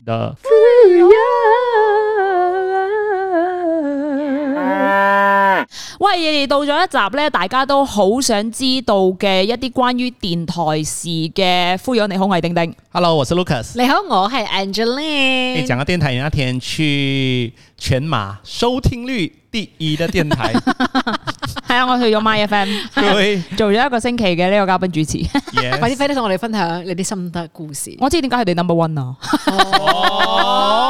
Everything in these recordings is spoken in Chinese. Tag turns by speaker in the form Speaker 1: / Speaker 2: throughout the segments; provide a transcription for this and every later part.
Speaker 1: 的。
Speaker 2: 喂，你哋到咗一集咧，大家都好想知道嘅一啲關於電台事嘅，呼養你好，魏丁丁。
Speaker 1: Hello，我是 Lucas。
Speaker 3: 你好，我係
Speaker 1: 你
Speaker 3: Angeline。
Speaker 1: 讲个电台，你那天去全马收听率第一的电 台，
Speaker 2: 係啊，我去咗 My FM
Speaker 1: 对，
Speaker 2: 做咗一個星期嘅呢個嘉賓主持。
Speaker 3: 快啲
Speaker 1: yes
Speaker 3: 快啲同我哋分享你啲心得故事。
Speaker 2: 我知點解佢哋 number one 啊。
Speaker 3: 哦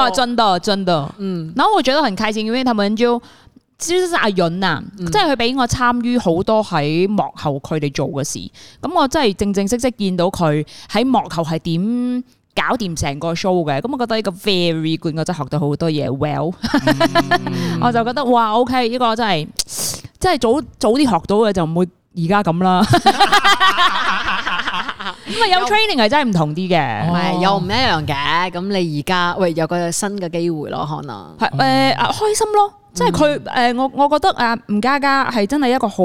Speaker 2: 啊，真的真的，嗯，然后我觉得很开心，因为他们就。就是阿潤啊，
Speaker 3: 嗯
Speaker 2: 即係佢俾我參與好多喺幕後佢哋做嘅事，咁我真係正正式式見到佢喺幕後係點搞掂成個 show 嘅，咁我覺得呢個 very good，我真係學到好多嘢。Well，我
Speaker 3: 嗯
Speaker 2: 就覺得哇，OK，呢個真係真係早早啲學到嘅就唔會而家咁 啦。因為有 training 係真係唔同啲嘅。
Speaker 3: 唔係又唔一樣嘅，咁你而家喂有個新嘅機會咯，可能
Speaker 2: 係誒啊開心咯，即係佢誒我我覺得啊吳家家係真係一個好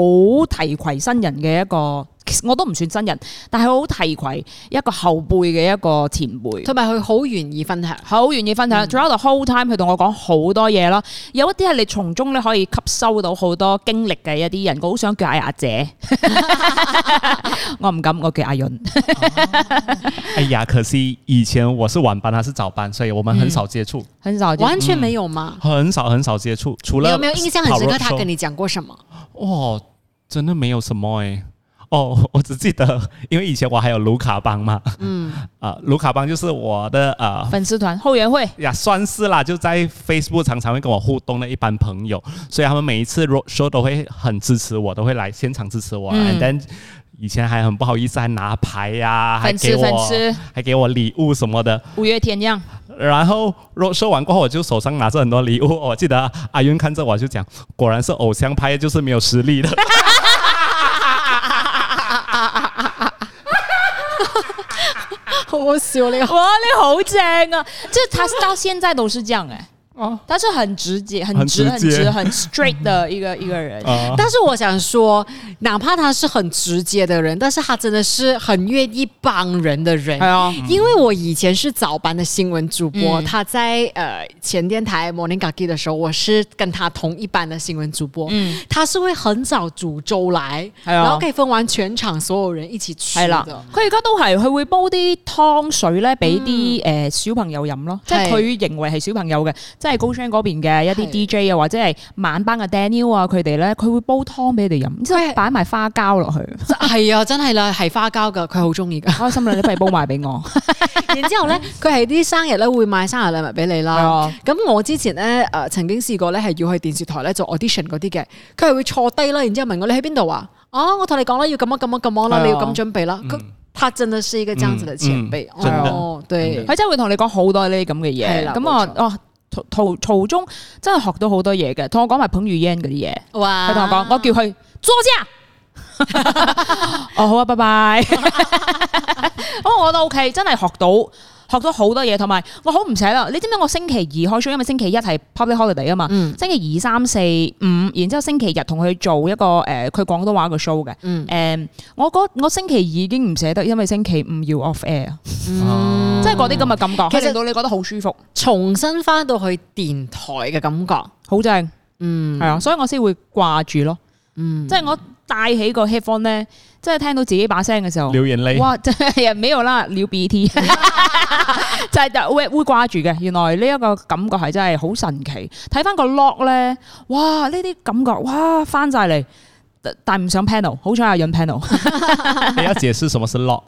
Speaker 2: 提攜新人嘅一個，其實我都唔算新人，但係好提攜一個後輩嘅一個前輩。
Speaker 3: 同埋佢好願意分享。
Speaker 2: 好願意分享，throughout the whole time 佢同我講好多嘢咯，有一啲係你從中咧可以吸收到好多經歷嘅一啲人，我好想叫嗌阿 姐，我唔敢，我叫阿潤。
Speaker 1: 哎呀，可惜以前我是晚班，他是早班，所以我们很少接触，
Speaker 3: 嗯
Speaker 2: 很少
Speaker 3: 完全沒有嘛？
Speaker 1: 很少很少接触。除
Speaker 3: 你
Speaker 1: 了
Speaker 3: 有沒有印象很深刻？他
Speaker 1: 跑 roadshow
Speaker 3: 跟你講過什麼？
Speaker 1: 哦，真的没有什么诶。哦，我只记得，因为以前我还有卢卡帮嘛，嗯， 啊、卢卡帮就是我的啊、
Speaker 2: 粉絲團後援會，
Speaker 1: 呀，算是啦，就在 Facebook 常常会跟我互动的一班朋友，所以他们每一次 road show 都会很支持我，都会来现场支持我。嗯、and then 以前还很不好意思，还拿牌呀、还
Speaker 2: 粉丝
Speaker 1: 给
Speaker 2: 粉
Speaker 1: 我
Speaker 2: 丝
Speaker 1: 还给我礼物什么的。
Speaker 2: 五月天一樣。
Speaker 1: 然后 road show 完过后，我就手上拿着很多礼物。我记得阿云看着我就讲，果然是偶像派，就是没有实力 的。
Speaker 3: 好好笑
Speaker 2: 哇，
Speaker 3: 你，
Speaker 2: 你好正啊！ 这他到现在都是这样哎、
Speaker 1: 哦
Speaker 2: 他是很直接、很
Speaker 1: 很
Speaker 2: 直、
Speaker 1: 直
Speaker 2: 很
Speaker 1: 接
Speaker 2: 直、很 straight 的 一个一个人。
Speaker 1: 啊
Speaker 3: 但是我想說，哪怕他是很直接的人，但是他真的是很願意幫人的人。
Speaker 2: 啊，
Speaker 3: 因为我以前是早班的新闻主播，
Speaker 2: 嗯
Speaker 3: 他在呃前电台 Morning Gaki 的时候，我是跟他同一班的新闻主播，
Speaker 2: 嗯
Speaker 3: 他是会很早煮粥来，
Speaker 2: 哎呀
Speaker 3: 然后可以分完全场所有人一起吃
Speaker 2: 係啦
Speaker 3: 的。，
Speaker 2: 佢而家都係佢會煲啲湯水咧，俾啲誒小朋友飲咯，即嗯係
Speaker 3: 係
Speaker 2: 佢認為係小朋友嘅，即係高 s 嗰邊嘅一
Speaker 3: 係
Speaker 2: 啲 DJ 啊，或者係晚班嘅 Daniel 啊，佢哋咧，佢會煲湯俾佢哋飲，之後
Speaker 3: 喂
Speaker 2: 擺埋花膠 落去，
Speaker 3: 系啊，真系啦，系花膠噶，佢好 中意噶。
Speaker 2: 開心啦，你不如煲埋俾我，
Speaker 3: 然之后咧， 佢係啲生日咧會買生日禮物俾你
Speaker 2: 係
Speaker 3: 啦
Speaker 2: 啊。
Speaker 3: 咁我之前咧诶、呃曾經試過咧係要去電視台咧做 audition 嗰啲嘅，佢係會坐低啦，然之后问我你喺邊度啊？哦，我同你講啦，要咁樣咁樣咁樣
Speaker 2: 係啊
Speaker 3: 啦，你要咁準備啦。
Speaker 1: 嗯
Speaker 3: 佢他真的是一個這樣子的前輩，
Speaker 1: 嗯嗯真的
Speaker 3: 哦，對
Speaker 1: 真，
Speaker 2: 佢真係會同你講好多呢啲咁嘅
Speaker 3: 係
Speaker 2: 嘢，
Speaker 3: 啦
Speaker 2: 咁
Speaker 3: 冇
Speaker 2: 我哦途途途中真係學到好多嘢嘅，同我講埋捧魚 yen 嗰啲嘢。
Speaker 3: 哇
Speaker 2: 佢同我講，我叫佢坐下。 哦，好啊，拜拜。 哦，我覺得 OK，真係學到學到好多嘢，同埋我好唔捨得。你知唔知我星期二開 show，因為星期一係 public holiday 啊嘛。
Speaker 3: 嗯
Speaker 2: 星期二、三、四、五，然之後星期日同佢做一個誒，呃佢、廣東話嘅 show 嘅。誒、
Speaker 3: 嗯
Speaker 2: 我嗰我星期二已經唔捨得，因為星期五要 off air，、
Speaker 1: 啊
Speaker 2: 即係嗰啲咁嘅感覺，其
Speaker 3: 其實
Speaker 2: 實令到你覺得好舒服，
Speaker 3: 重新翻到去電台嘅感覺，
Speaker 2: 好正。
Speaker 3: 嗯
Speaker 2: 係啊，所以我先會掛住咯。即係我戴起個 headphone 咧，即係聽到自己把聲嘅時候，
Speaker 1: 流眼泪，
Speaker 2: 哇！真 係沒有啦，撩 BT，就係就會會掛住嘅。原來呢一個感覺係真係好神奇。睇翻個 log 咧，哇！呢啲感覺哇翻晒嚟，但但唔上 panel，好彩阿潤 panel。
Speaker 1: 你要解释什么是 lock？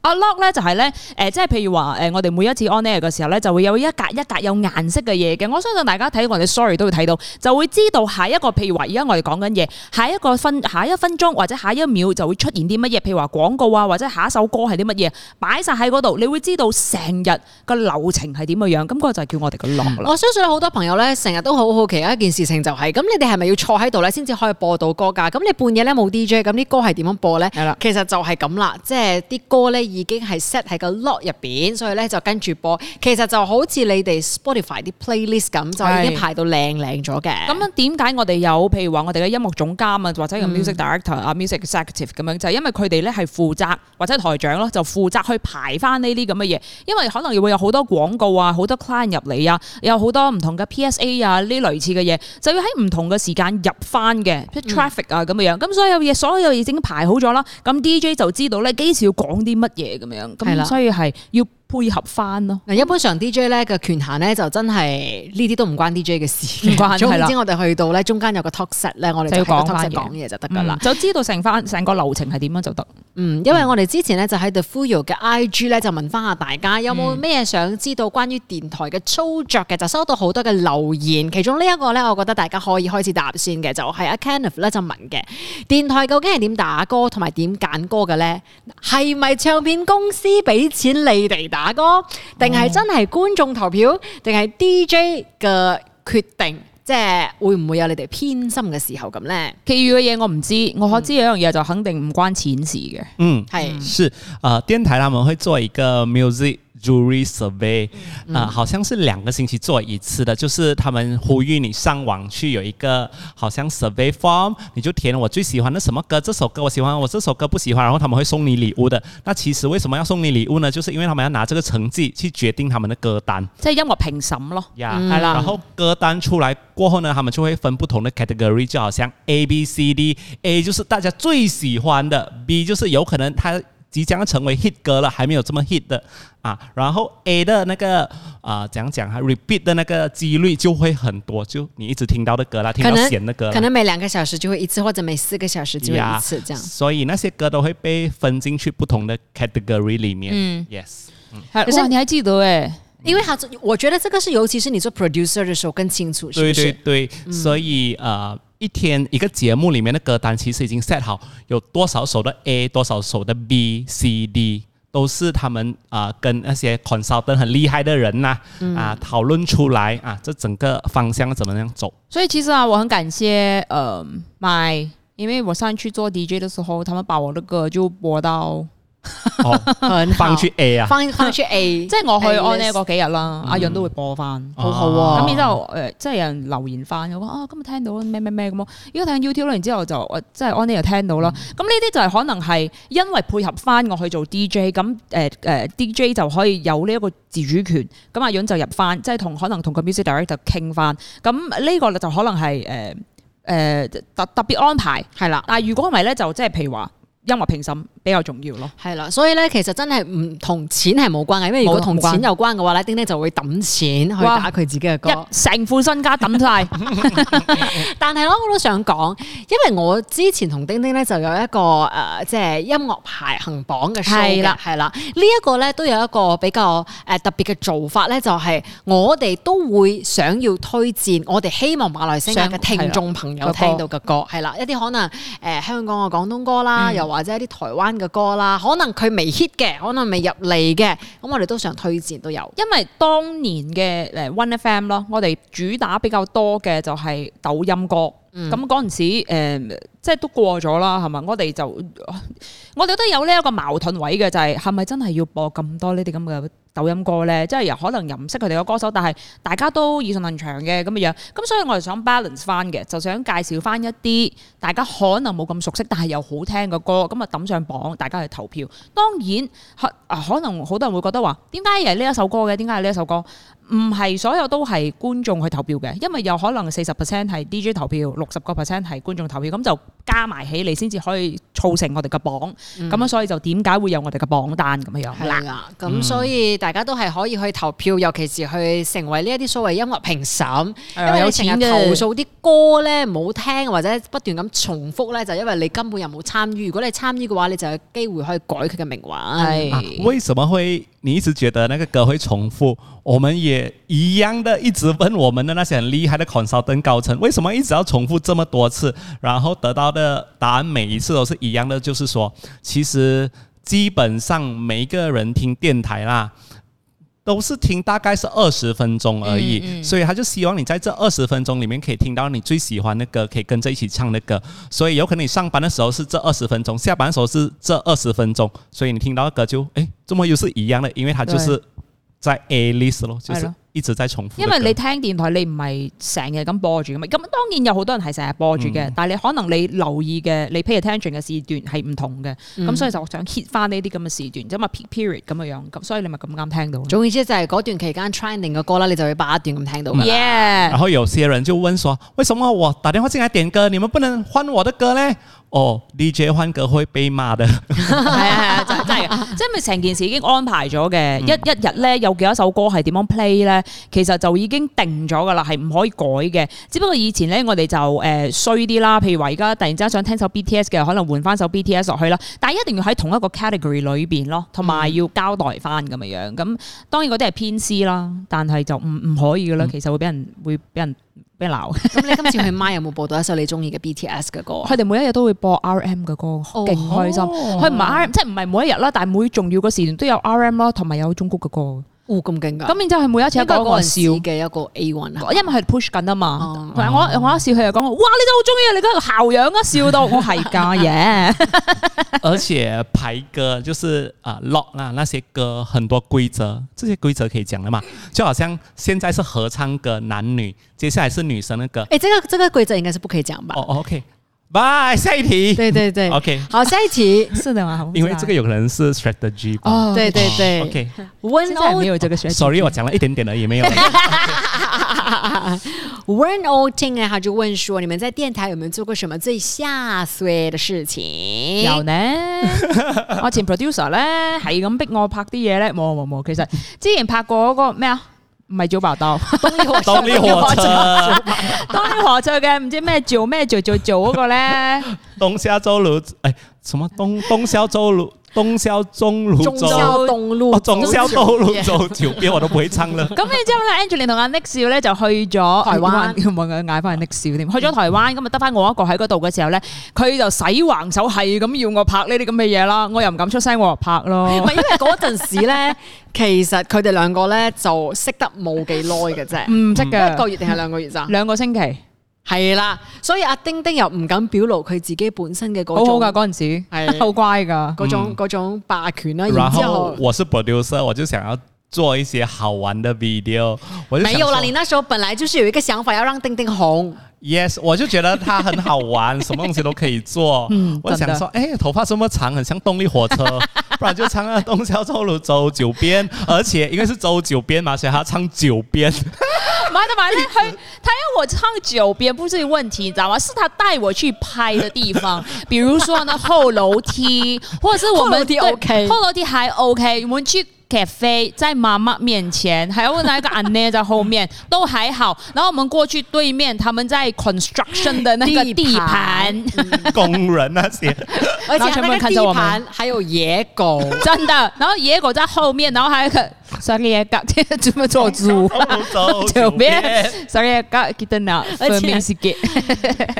Speaker 2: 阿 log 啊咧就係咧，誒即係譬如話誒，我哋每一次 on air 嘅時候咧，就會有一格一格有顏色嘅嘢嘅。我相信大家睇我哋 sorry 都會睇到，就會知道下一個譬如話，而家我哋講緊嘢，下一個分下一分鐘或者下一秒就會出現啲乜嘢，譬如話廣告啊，或者下一首歌係啲乜嘢，擺晒喺嗰度，你會知道成日個流程係點嘅樣。咁嗰個就係叫我哋嘅 log 啦。
Speaker 3: 我相信好多朋友咧，成日都好好奇啊一件事情就係、咁你哋係咪要坐喺度咧，先至可以
Speaker 1: 嗯
Speaker 3: 播到歌㗎？咁你半夜咧冇 DJ，咁啲歌係點樣播咧？
Speaker 2: 係啦
Speaker 3: 其實就係咁啦，即係啲歌咧咧已經係 set 喺個 lot 入邊，所以咧就跟住播。其實就好似你哋 Spotify 啲 playlist 咁，就已經
Speaker 2: 係
Speaker 3: 排到靚靚咗嘅。
Speaker 2: 咁樣點解我哋有譬如話我哋嘅音樂總監啊，或者個 music director 啊、music executive 咁樣，就係因為佢哋咧係負責或者台長咯，就負責去排翻呢啲咁嘅嘢，因為可能會有好多廣告啊、好多 client 入嚟啊，有好多唔同嘅 PSA 啊呢類似嘅嘢，就要喺唔同嘅時間入翻嘅，即係 traffic 啊咁嘅樣。咁所有嘢所有嘢已經排好咗啦，咁 DJ 就知道咧幾時要講啲乜嘢咁樣，
Speaker 3: 係啦
Speaker 2: 咁所以係要配合翻咯。
Speaker 3: 嗱，一般上 DJ 咧嘅權限咧就真係呢啲都唔關 DJ 嘅事嘅，
Speaker 2: 唔關
Speaker 3: 總
Speaker 2: 係
Speaker 3: 言
Speaker 2: 啦
Speaker 3: 之，我哋去到咧中間有個 talk set 咧，我哋
Speaker 2: 就
Speaker 3: 就
Speaker 2: 要
Speaker 3: 喺個
Speaker 2: 講
Speaker 3: talk
Speaker 2: 翻
Speaker 3: set
Speaker 2: 嘢
Speaker 3: 講嘢就得噶
Speaker 2: 嗯
Speaker 3: 啦。
Speaker 2: 就知道成翻成個流程係點樣就得。
Speaker 3: 嗯，因為我哋之前咧就喺 The Fuyoh 嘅 IG 咧就問翻下大家有冇咩想知道關於電台嘅操作嘅，就收到好多嘅留言。其中呢一個咧，我覺得大家可以開始答先嘅，就係阿 Kenneth 咧就問嘅電台究竟係點打歌同埋點揀歌嘅咧？係咪唱片公司俾錢你哋打歌，定係真係觀眾投票，定係 DJ 嘅決定？即係會唔會有你哋偏心嘅時候咁咧？
Speaker 2: 其餘嘅嘢我唔知，我可知有一樣嘢就肯定唔關錢事嘅。
Speaker 1: 嗯，
Speaker 3: 係
Speaker 1: 是呃，电台他们会做一个 music jury survey，呃，好像是两个星期做一次的，就是他们呼吁你上网去有一个好像 survey form，你就填我最喜欢的什么歌，这首歌我喜欢，我这首歌不喜欢，然后他们会送你礼物的。那其实为什么要送你礼物呢？就是因为他们要拿这个成绩去决定他们的歌单。
Speaker 2: 即係音樂評審咯，
Speaker 1: 呀，
Speaker 2: 係啦
Speaker 1: 哎然後
Speaker 3: 嗯
Speaker 1: 歌單出來過後呢，他們就會分不同的 category，就好像 A、B、C、D，A 就是大家最喜歡的，B 就是有可能它即將成為 hit 歌了，還沒有這麼 hit 的啊。然後 A 的那個啊，怎樣講啊，repeat 的那個幾率就會很多，就你一直聽到的歌啦，聽
Speaker 3: 可
Speaker 1: 到
Speaker 3: 能
Speaker 1: 鹹的歌啦
Speaker 3: 可。能每两个小时就会一次，或者每四个小时就会一次这样。
Speaker 1: 所以那些歌都會被分進去不同的 category 裡面。
Speaker 2: 嗯
Speaker 1: ，yes，
Speaker 2: 係
Speaker 3: 其實
Speaker 2: 哇！你喺知道誒，
Speaker 3: 因为他这，我觉得这个是，尤其是你做 producer 的时候更清楚，是嗯
Speaker 1: 对
Speaker 3: 不是？
Speaker 1: 对对，所以呃，一天一个节目里面的歌单其实已经 set 好，有多少首的 A，多少首的 B、C、D，都是他们啊、呃跟那些 consultant 很厉害的人呐啊,、
Speaker 3: 嗯
Speaker 1: 讨论出来啊，这整个方向怎么样走？
Speaker 2: 所以其實啊，我很感謝呃麥，因為我上去做 DJ 的時候，他們把我的歌就播到，
Speaker 1: 哦，
Speaker 3: 很好
Speaker 1: 放去 A 啊，
Speaker 3: 放放 去 A，
Speaker 2: 即係嗯我去 on air
Speaker 3: A list
Speaker 2: 嗰幾日啦，阿潤都會播翻。
Speaker 3: 好好啊
Speaker 1: 哦
Speaker 2: 咁然之後誒，即係有人留言翻，我話啊，今日聽到咩咩咩咁咯。而家睇緊 YouTube 啦，然之後就我即係 on air 又聽到啦。咁呢啲就係可能係因為配合翻我去做 DJ，咁呃誒誒 DJ 就可以有呢一個自主權。咁阿潤就入翻，即係同可能同個 music director 傾翻。咁呢個就可能係誒誒特特別安排。
Speaker 3: 系啦。
Speaker 2: 但係如果唔係咧，就即係譬如話音樂評審比較重要咯。
Speaker 3: 系啦，所以咧，其實真係唔同錢係冇關嘅，因為如果同錢有關嘅話咧，丁丁就會抌錢去
Speaker 2: 哇
Speaker 3: 打佢自己嘅歌。
Speaker 2: 一成副身家抌晒，
Speaker 3: 但係咯，我都想講，因為我之前同丁丁咧就有一個誒、呃即係音樂排行榜嘅 show
Speaker 2: 係
Speaker 3: 嘅
Speaker 2: 啦，
Speaker 3: 係啦，呢一個咧都有一個比較誒、呃特別嘅做法咧，就係、我哋都會想要推薦我哋希望馬來西亞嘅
Speaker 2: 想
Speaker 3: 聽眾朋
Speaker 2: 係
Speaker 3: 友
Speaker 2: 啦
Speaker 3: 聽到嘅歌，係啦，一啲可能誒、呃香港嘅廣東歌啦，
Speaker 2: 嗯
Speaker 3: 又或者一啲台灣嘅歌啦，可能佢未 hit 嘅，可能未入嚟嘅，咁我哋都想推薦都有。
Speaker 2: 因為當年嘅誒 One FM 咯，我哋主打比較多嘅就係抖音歌。咁嗰陣時、呃即係都過咗啦，係嘛？我哋就我哋都有呢一個矛盾位嘅，就係係咪真係要播咁多呢啲咁嘅抖音歌咧？即係又可能又唔識佢哋嘅歌手，但係大家都耳熟能詳嘅咁嘅樣。咁所以我哋想 balance 翻嘅，就想介紹翻一啲大家可能冇咁熟悉，但係又好聽嘅歌，咁啊抌上榜，大家去投票。當然可啊，可能好多人會覺得話，點解係呢一首歌嘅？點解係呢一首歌？唔係所有都係觀眾去投票嘅，因為有可能四十 percent 係 DJ 投票，六十個 percent 係觀眾投票，咁就加埋起嚟先至可以造成我哋嘅榜。咁啊、所以就點解會有我哋嘅榜單咁樣樣
Speaker 3: 係
Speaker 2: 啦？嗯
Speaker 3: 啦，咁所以大家都係可以去投票，尤其是去成為呢一啲所謂音樂評審，
Speaker 2: 係啊
Speaker 3: 因為
Speaker 2: 有
Speaker 3: 你成日
Speaker 2: 錢嘅
Speaker 3: 投訴啲歌咧唔好聽或者不斷咁重複咧，就因為你根本又冇參與。如果你參與嘅話，你就有機會可以改佢嘅命運。
Speaker 1: 啊
Speaker 2: 係，
Speaker 1: 为什么会你一直觉得那个歌会重复？我们也一样的，一直问我们的那些很厉害的 consultant 高层，为什么一直要重复这么多次？然后得到的答案每一次都是一样的，就是说，其实基本上每一个人听电台啦。都是听大概是二十分钟而已，
Speaker 4: 嗯嗯
Speaker 1: 所以他就希望你在这二十分钟里面可以听到你最喜欢的歌，可以跟着一起唱的歌。所以有可能你上班的时候是这二十分钟，下班的时候是这二十分钟，所以你听到的歌就诶，怎么又是一样的？因为它就是在 A list 咯，就
Speaker 2: 係
Speaker 1: 是
Speaker 2: 咯
Speaker 1: 一直在重复的
Speaker 2: 因
Speaker 1: 歌。
Speaker 2: 為你聽電台，你唔係成日咁播住噶嘛。咁當然有好多人係成日播住嘅，但係你可能你留意嘅，你 pay attention 嘅時段係唔同嘅。咁、
Speaker 3: 嗯
Speaker 2: 所以就想 hit 翻呢啲咁嘅時段，即係咪 peak period 咁嘅樣。咁所以你咪咁啱聽到咯。
Speaker 3: 總言之就係嗰段期間 training 嘅歌啦，你就會把一段咁聽到㗎
Speaker 2: 嗯
Speaker 3: 啦。
Speaker 1: 然
Speaker 2: Yeah，
Speaker 1: 后有些人就问说，为什么我打电话进来点歌，你们不能换我的歌嘞？哦，DJ 换歌会被骂的。
Speaker 2: 係啊係啊，真係真係嘅，即係咪成件事已經安排咗嘅？一一日咧有幾多首歌係點樣 play 咧？其實就已經定咗噶啦，係唔可以改嘅。只不過以前咧我哋就誒衰啲啦，譬如話而家突然之間想聽首 BTS 嘅，可能換翻首 BTS 落去啦，但係一定要喺同一個 category 裏邊咯，同埋要交代翻咁嘅樣。咁當然嗰啲係偏私啦，但係就唔唔可以噶啦，其實會俾人會俾人俾人鬧。
Speaker 3: 咁你今次去 My 有冇播到一首你中意嘅 BTS 嘅歌？啊
Speaker 2: 佢哋每一日都會播 R M 嘅歌，勁開心。佢唔係 R M，即係唔係每一日啦，但係每重要嘅時段都有 R M 啦，同埋有中谷嘅歌。
Speaker 3: 哦，咁勁㗎！
Speaker 2: 咁然之後佢每一次一
Speaker 3: 應該
Speaker 2: 講
Speaker 3: 嗰
Speaker 2: 我
Speaker 3: 陣時
Speaker 2: 笑，因
Speaker 3: 嘅一個 A one 啊，
Speaker 2: 為佢 push 緊啊
Speaker 3: 哦
Speaker 2: 嘛。同埋我我一笑佢就講我，哇！你真係好中意啊！你嗰個校樣啊，笑到我係㗎 嘢。
Speaker 1: 而且排歌就是啊、lock 啦，那些歌很多规则，这些规则可以讲的嘛。就好像现在是合唱歌，男女，接下来是女生的歌。
Speaker 3: 哎，这个这个规则应该是不可以讲吧
Speaker 1: 哦、？o k 拜，下一题。
Speaker 3: 对对
Speaker 2: 哦
Speaker 3: 对
Speaker 1: OK，
Speaker 3: 好，下一题，
Speaker 2: 是的嘛？
Speaker 1: 因为这个有可能是 strategy 吧。
Speaker 2: 哦，
Speaker 3: 对对对
Speaker 1: OK，Sorry，、
Speaker 3: ，When
Speaker 2: 現在沒
Speaker 3: O
Speaker 2: 有這個選
Speaker 1: 我講了一點點而已，沒有。
Speaker 3: When O Ting 呢，他就問說，你們在電台有沒有做過什麼最下衰的事情？
Speaker 2: 有 呢，我前 producer 咧係咁逼我拍啲嘢咧，冇冇冇。其實之前拍過嗰個咩啊？唔係早爆刀，
Speaker 1: 動力火車，
Speaker 2: 當年何在嘅唔知咩做咩做做做嗰個 咧。
Speaker 1: 東夏州泸，哎，什麼東東夏州泸，東夏中泸
Speaker 3: 中
Speaker 1: 州，
Speaker 3: 消東路
Speaker 1: 哦，，中夏州泸州酒邊我都不會唱了。
Speaker 2: 咁然之後咧，Angeline 同阿 Nick 少咧就去咗
Speaker 3: 台灣 嗯
Speaker 2: 唔係嗌翻 Nick 少添，去咗台灣，咁啊得翻我一個喺嗰度嘅時候咧，佢就使橫手係咁要我拍呢啲咁嘅嘢啦，我又唔敢出聲，我話拍
Speaker 3: 唔
Speaker 2: 咯。
Speaker 3: 係因為嗰陣時咧，其實佢哋兩個咧就識得冇幾耐嘅啫，
Speaker 2: 唔識
Speaker 3: 一個
Speaker 2: 嘅，
Speaker 3: 月定係兩個月咋？
Speaker 2: 兩個星期，
Speaker 3: 係啦，所以阿丁丁又唔敢表露佢自己本身嘅
Speaker 2: 好
Speaker 3: 嗰
Speaker 2: 好嗯
Speaker 3: 種
Speaker 2: 噶嗰陣時，
Speaker 3: 係
Speaker 2: 好乖噶。
Speaker 3: 嗰種嗰種霸權啦，
Speaker 1: 然
Speaker 3: 啊然之
Speaker 1: 后
Speaker 3: 後。
Speaker 1: 我是 producer，我就想要做一些好玩的 video，我就想
Speaker 3: 没有啦，
Speaker 1: 说
Speaker 3: 你那时候本来就是有一个想法要让丁丁红，
Speaker 1: Yes，我就觉得它很好玩，什么东西都可以 做。
Speaker 2: 嗯
Speaker 1: 我就想说，哎，头发这么长，很像动力火车，不然就唱啊东郊周路走九遍，而且因为是走九遍嘛，所以还要唱九遍。
Speaker 2: 唔係，同埋咧，佢他要我唱久，別不是問題，你知道嗎？是他帶我去拍的地方，比如說呢後樓梯，或者是我
Speaker 3: 後樓
Speaker 2: 們
Speaker 3: 梯
Speaker 2: 對
Speaker 3: OK
Speaker 2: 後樓梯還 OK，我們去。咖啡在媽媽面前，還有那個阿奶在後面，都還好。然後我們過去對面，他們在 construction 的那個地
Speaker 3: 地
Speaker 2: 盤
Speaker 3: 盤，
Speaker 1: 工人那 些，
Speaker 3: 而且
Speaker 2: 然後全部
Speaker 3: 那
Speaker 2: 人
Speaker 3: 个
Speaker 2: 看着
Speaker 3: 地
Speaker 2: 我們
Speaker 3: 盘还有野狗，
Speaker 2: 真的。然後野狗在後面，然後還有一個 sorry 野狗，怎麼做主？
Speaker 1: 走
Speaker 2: 九
Speaker 1: 九
Speaker 2: 遍
Speaker 1: 遍。
Speaker 2: sorry 野狗，記得啦，
Speaker 3: 而且
Speaker 2: 分明是嘅。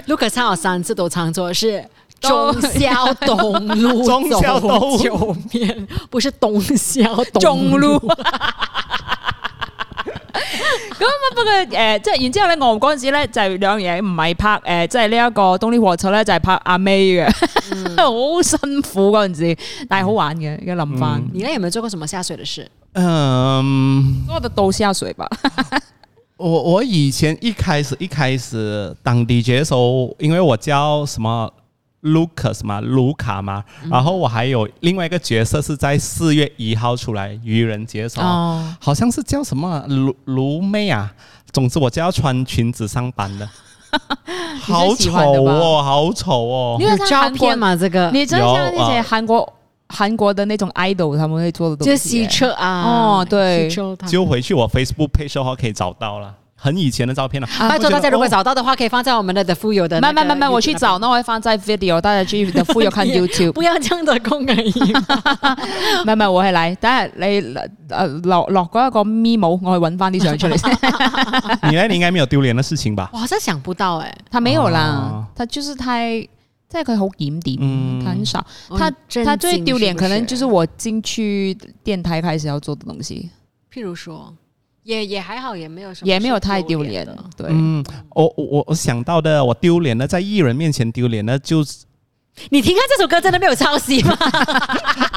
Speaker 3: Lucas 唱了三次都唱错是
Speaker 2: 都
Speaker 3: 中消东 路
Speaker 1: 中消东路
Speaker 3: 走九面，不是东消东
Speaker 2: 中 路。
Speaker 3: 路。
Speaker 2: 咁啊，不過誒、呃即係然之後咧，我嗰陣時咧就係兩樣嘢，唔係拍誒、呃即係呢一個《東呢和丑》咧，就係拍阿 May 嘅，
Speaker 1: 嗯
Speaker 2: 好辛苦嗰陣時，但係好玩嘅。而家諗翻，
Speaker 3: 你呢有没有做过什么下水的事？
Speaker 1: 嗯，
Speaker 2: 我就倒下水吧。
Speaker 1: 哦我我以前一开始一开始当 DJ 的时候，因为我叫什么 Lucas 嘛，卢卡嘛，
Speaker 2: 嗯
Speaker 1: 然后我还有另外一个角色是在四月一号出来愚人节的时候，
Speaker 2: 哦
Speaker 1: 好像是叫什么卢卢妹啊，总之我就要穿裙子上班 的，好
Speaker 2: 喜
Speaker 1: 丑
Speaker 2: 欢的吧
Speaker 1: 哦，好丑哦
Speaker 2: 因，为他
Speaker 3: 照
Speaker 2: 韩国
Speaker 3: 片嘛，这个
Speaker 2: 你真的像那
Speaker 1: 有
Speaker 2: 些
Speaker 1: 啊
Speaker 2: 韓國韓國的那種 idol 他們會做的東
Speaker 3: 就是
Speaker 2: 西
Speaker 3: 洗
Speaker 2: 欸。
Speaker 3: 车啊，
Speaker 2: 哦对
Speaker 3: 洗车他
Speaker 1: 就回去我 Facebook page 的话可以找到了，很以前的照片了。
Speaker 2: 啊
Speaker 3: 拜托
Speaker 1: 我觉得
Speaker 3: 大家，如果
Speaker 1: 哦
Speaker 3: 找到的话，可以放在我们的 The Full 有的
Speaker 2: 唔
Speaker 3: 那
Speaker 2: 係
Speaker 3: 个
Speaker 2: 唔
Speaker 3: YouTube
Speaker 2: 係
Speaker 3: 那
Speaker 2: 唔
Speaker 3: 边。
Speaker 2: 係，我去找，那我會放在 video，大家去的 full 有看 YouTube。
Speaker 3: 不要这样的功能
Speaker 2: 唔
Speaker 3: 音。
Speaker 2: 係唔係，我係嚟，等下你呃落落嗰一個 memo，我去揾翻啲相出嚟。
Speaker 1: 哦你呢？你应该没有丢脸的事情吧？
Speaker 3: 哇，真想不到哎，
Speaker 2: 他沒有啦
Speaker 1: 哦，
Speaker 2: 他就是太，即係佢好檢點，
Speaker 1: 嗯
Speaker 2: 他很少。
Speaker 3: 哦
Speaker 2: 他
Speaker 3: 你真
Speaker 2: 他最
Speaker 3: 精
Speaker 2: 丢臉
Speaker 3: 是不
Speaker 2: 可能
Speaker 3: 是
Speaker 2: 就是我進去電台開始要做的東西，
Speaker 3: 譬如说，也也还好，也没有什么
Speaker 2: 也没有太
Speaker 3: 是
Speaker 2: 丢
Speaker 3: 丢
Speaker 2: 脸
Speaker 3: 的。，
Speaker 2: 对，
Speaker 1: 嗯，我我我想到的，我丢脸的，在艺人面前丢脸的，就是
Speaker 3: 你听看这首歌真的没有抄袭 吗？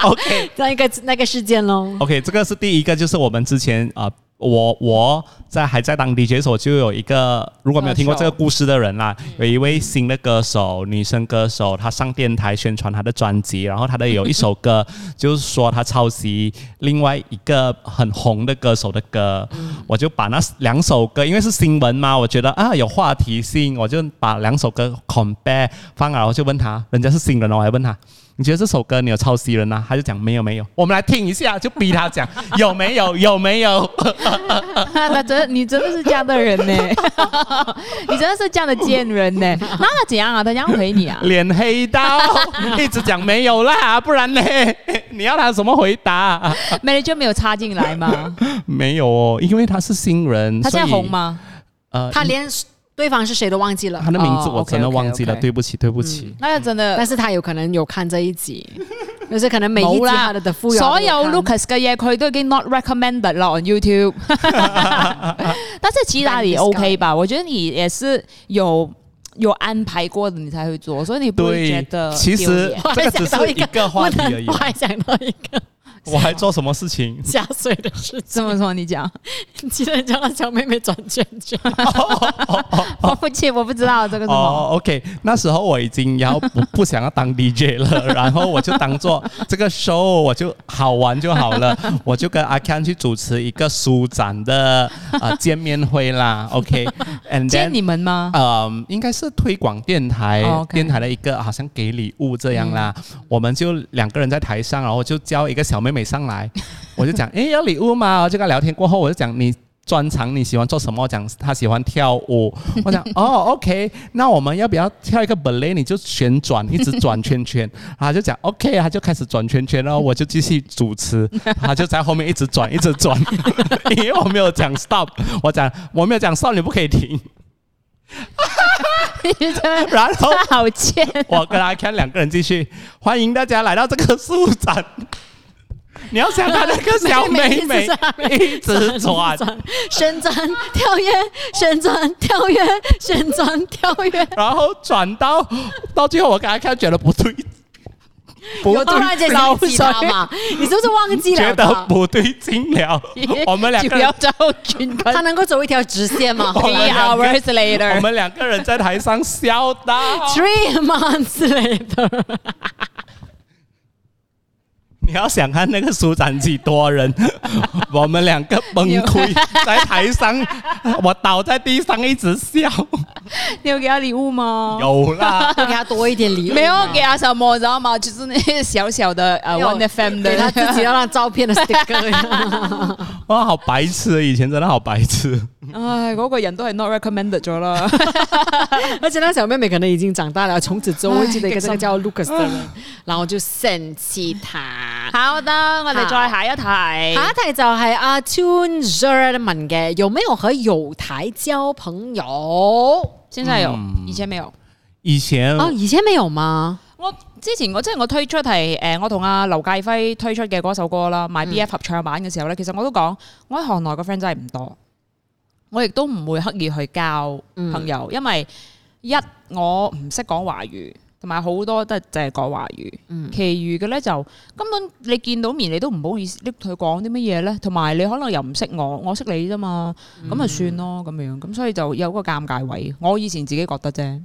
Speaker 1: OK
Speaker 3: 那一个那个事件喽，
Speaker 1: OK，这个是第一个，就是我们之前啊、我我在还在当 DJ 的时候，就有一个如果没有听过这个故事的人啦，有一位新的歌手，女生歌手，她上电台宣传她的专辑，然后她的有一首歌就是说她抄袭另外一个很红的歌手的歌，我就把那两首歌，因为是新闻嘛，我觉得啊有话题性，我就把两首歌 compare 放了，我就问她，人家是新人哦，我还问她。你觉得这首歌你有抄袭人呐、啊他就讲没有没有，我们来听一下，就逼他讲有没有有没有。
Speaker 2: 那真你真的是这样的人呢， 你真的是这样的贱人呢。那他怎样啊？他怎样回你啊？
Speaker 1: 脸黑到一直讲没有啦，不然呢？ 你要他怎么回答、
Speaker 2: 美丽就没有插进来吗？
Speaker 1: 没有哦，因为他是新人，
Speaker 2: 他现在
Speaker 1: 嗯所以
Speaker 2: 红？吗？
Speaker 1: 呃，
Speaker 3: 他连对方是谁都忘记了
Speaker 1: 他，的名字
Speaker 2: 哦
Speaker 1: 我真的
Speaker 2: ，OK，OK，OK
Speaker 1: 忘记了，对不起对不起。
Speaker 2: 那个真的
Speaker 3: 但。是他有可能有看这一集，就是可能每一集
Speaker 2: 冇啦
Speaker 3: 他的 The f
Speaker 2: 所有 Lucas 嘅嘢佢都已經 not recommended 啦 on YouTube，但是其他你 OK 吧？我覺得你也是有有安排過的，你才會做，所以你不會
Speaker 1: 对
Speaker 2: 覺得，
Speaker 1: 其
Speaker 2: 丢
Speaker 1: 实
Speaker 2: 臉
Speaker 3: 我
Speaker 1: 这
Speaker 3: 还
Speaker 1: 个只
Speaker 3: 想到
Speaker 1: 是
Speaker 3: 一
Speaker 1: 一
Speaker 3: 个
Speaker 1: 个话题而已
Speaker 3: 我。还想到一个？
Speaker 2: 嗯
Speaker 1: 我还做什么事 情
Speaker 3: 下水的事情，
Speaker 2: 怎么说？你講，
Speaker 3: 记得叫他小妹妹转圈圈。
Speaker 2: 我不切，我不知道這個是什麼。
Speaker 1: 哦、o k 那时候我已经要不不想要当 DJ 了，然后我就当做这个 show 我就好玩就好 了，我就跟阿 Ken 去主持一个书展的呃见面会啦，OK，and、
Speaker 2: 见
Speaker 1: then
Speaker 2: 你们吗？
Speaker 1: 嗯，应该是推广电台、
Speaker 2: 啊哦，OK 嗯
Speaker 1: 电台的一个好像给礼物这样啦。我们就两个人在台上，然后我就叫一个小妹妹上来， 我就讲，诶，要礼物吗？我就跟她聊天过后，我就讲你。专长你喜欢做什么？我讲她喜欢跳舞，我讲哦，OK，那我们要不要跳一个 ballet？你就旋转，一直转圈圈。她就讲 OK，她就开始转圈圈，然后我就继续主持，她就在后面一直转，一直转， 因为我没有讲 stop，我讲我没有讲 stop，你不可以停。
Speaker 2: 真的
Speaker 1: 然后
Speaker 2: 好贱，
Speaker 1: 我跟阿 Ken 两个人继续，欢迎大家来到这个书展。 你要想他那个小妹 妹一直转，
Speaker 3: 旋转跳跃，旋转跳跃，旋转跳跃。
Speaker 1: 然后转到到最后，我跟阿 Ken 觉得不对，不
Speaker 3: 有突然间
Speaker 1: 老
Speaker 3: 想起他嘛？你是不是忘记
Speaker 1: 觉
Speaker 3: 了
Speaker 1: 得
Speaker 3: 他？
Speaker 1: 不对劲了。哦我们两个人，哦
Speaker 2: 走全
Speaker 3: 他能够走一条直 线吗
Speaker 1: 我们
Speaker 2: Three
Speaker 1: 两个
Speaker 2: hours
Speaker 1: 我
Speaker 2: later，
Speaker 1: 们两个人在台上笑到。
Speaker 3: ？Three months later，
Speaker 1: 你要想看那个舒展几多 人，我们两个崩溃在台上，我倒在地上一直笑。
Speaker 2: 你有給他禮物嗎？
Speaker 1: 有啦。
Speaker 3: 要给他多一点礼物。
Speaker 2: 没有给他什么，知道吗？就是那些小小的呃
Speaker 3: 没有
Speaker 2: One FM 的
Speaker 3: 给他自己要让照 片的 sticker。
Speaker 1: 哇，好白痴！啊以前真的好白痴。
Speaker 2: 唉，嗰、個人都係 not recommended 咗啦。
Speaker 3: 而且那小妹妹可能已经长大了，从此之后会记得一个
Speaker 2: 哎
Speaker 3: 这个叫 Lucas 的人，然后就生气哎 他。
Speaker 2: 好得，我哋再下一題。
Speaker 3: 下一題就係阿 Tune Zerd 問嘅，有沒有和友台交朋友？哦，
Speaker 2: 先生有，而且沒有。
Speaker 1: 以前、
Speaker 3: 以前沒有嗎？
Speaker 1: 嗯
Speaker 2: 我之前我即係我推出係誒、呃我同阿劉介輝推出嘅嗰首歌啦，買 BF 合唱版嘅時候咧，其實我都講，我喺行內個 friend 真係唔多，我亦都唔會刻意去交朋友，因為一我唔識講華語，同埋好多都係淨係講華語，其餘嘅咧就根本你見到面你都唔好意思，你同佢講啲乜嘢咧，同埋你可能又唔識我，我識你啫嘛，咁咪算咯咁樣，咁所以就有個尷尬位，我以前自己覺得啫，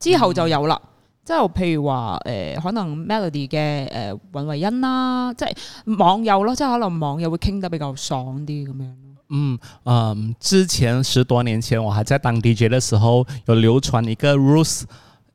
Speaker 2: 之後就有啦。即係譬如話誒、呃可能 Melody 嘅誒尹慧欣啦，即係網友咯，即係可能網友會傾得比較爽啲咁 樣。
Speaker 1: 嗯嗯，之前十多年前我还在当 DJ 的时候，有流传一个 rules，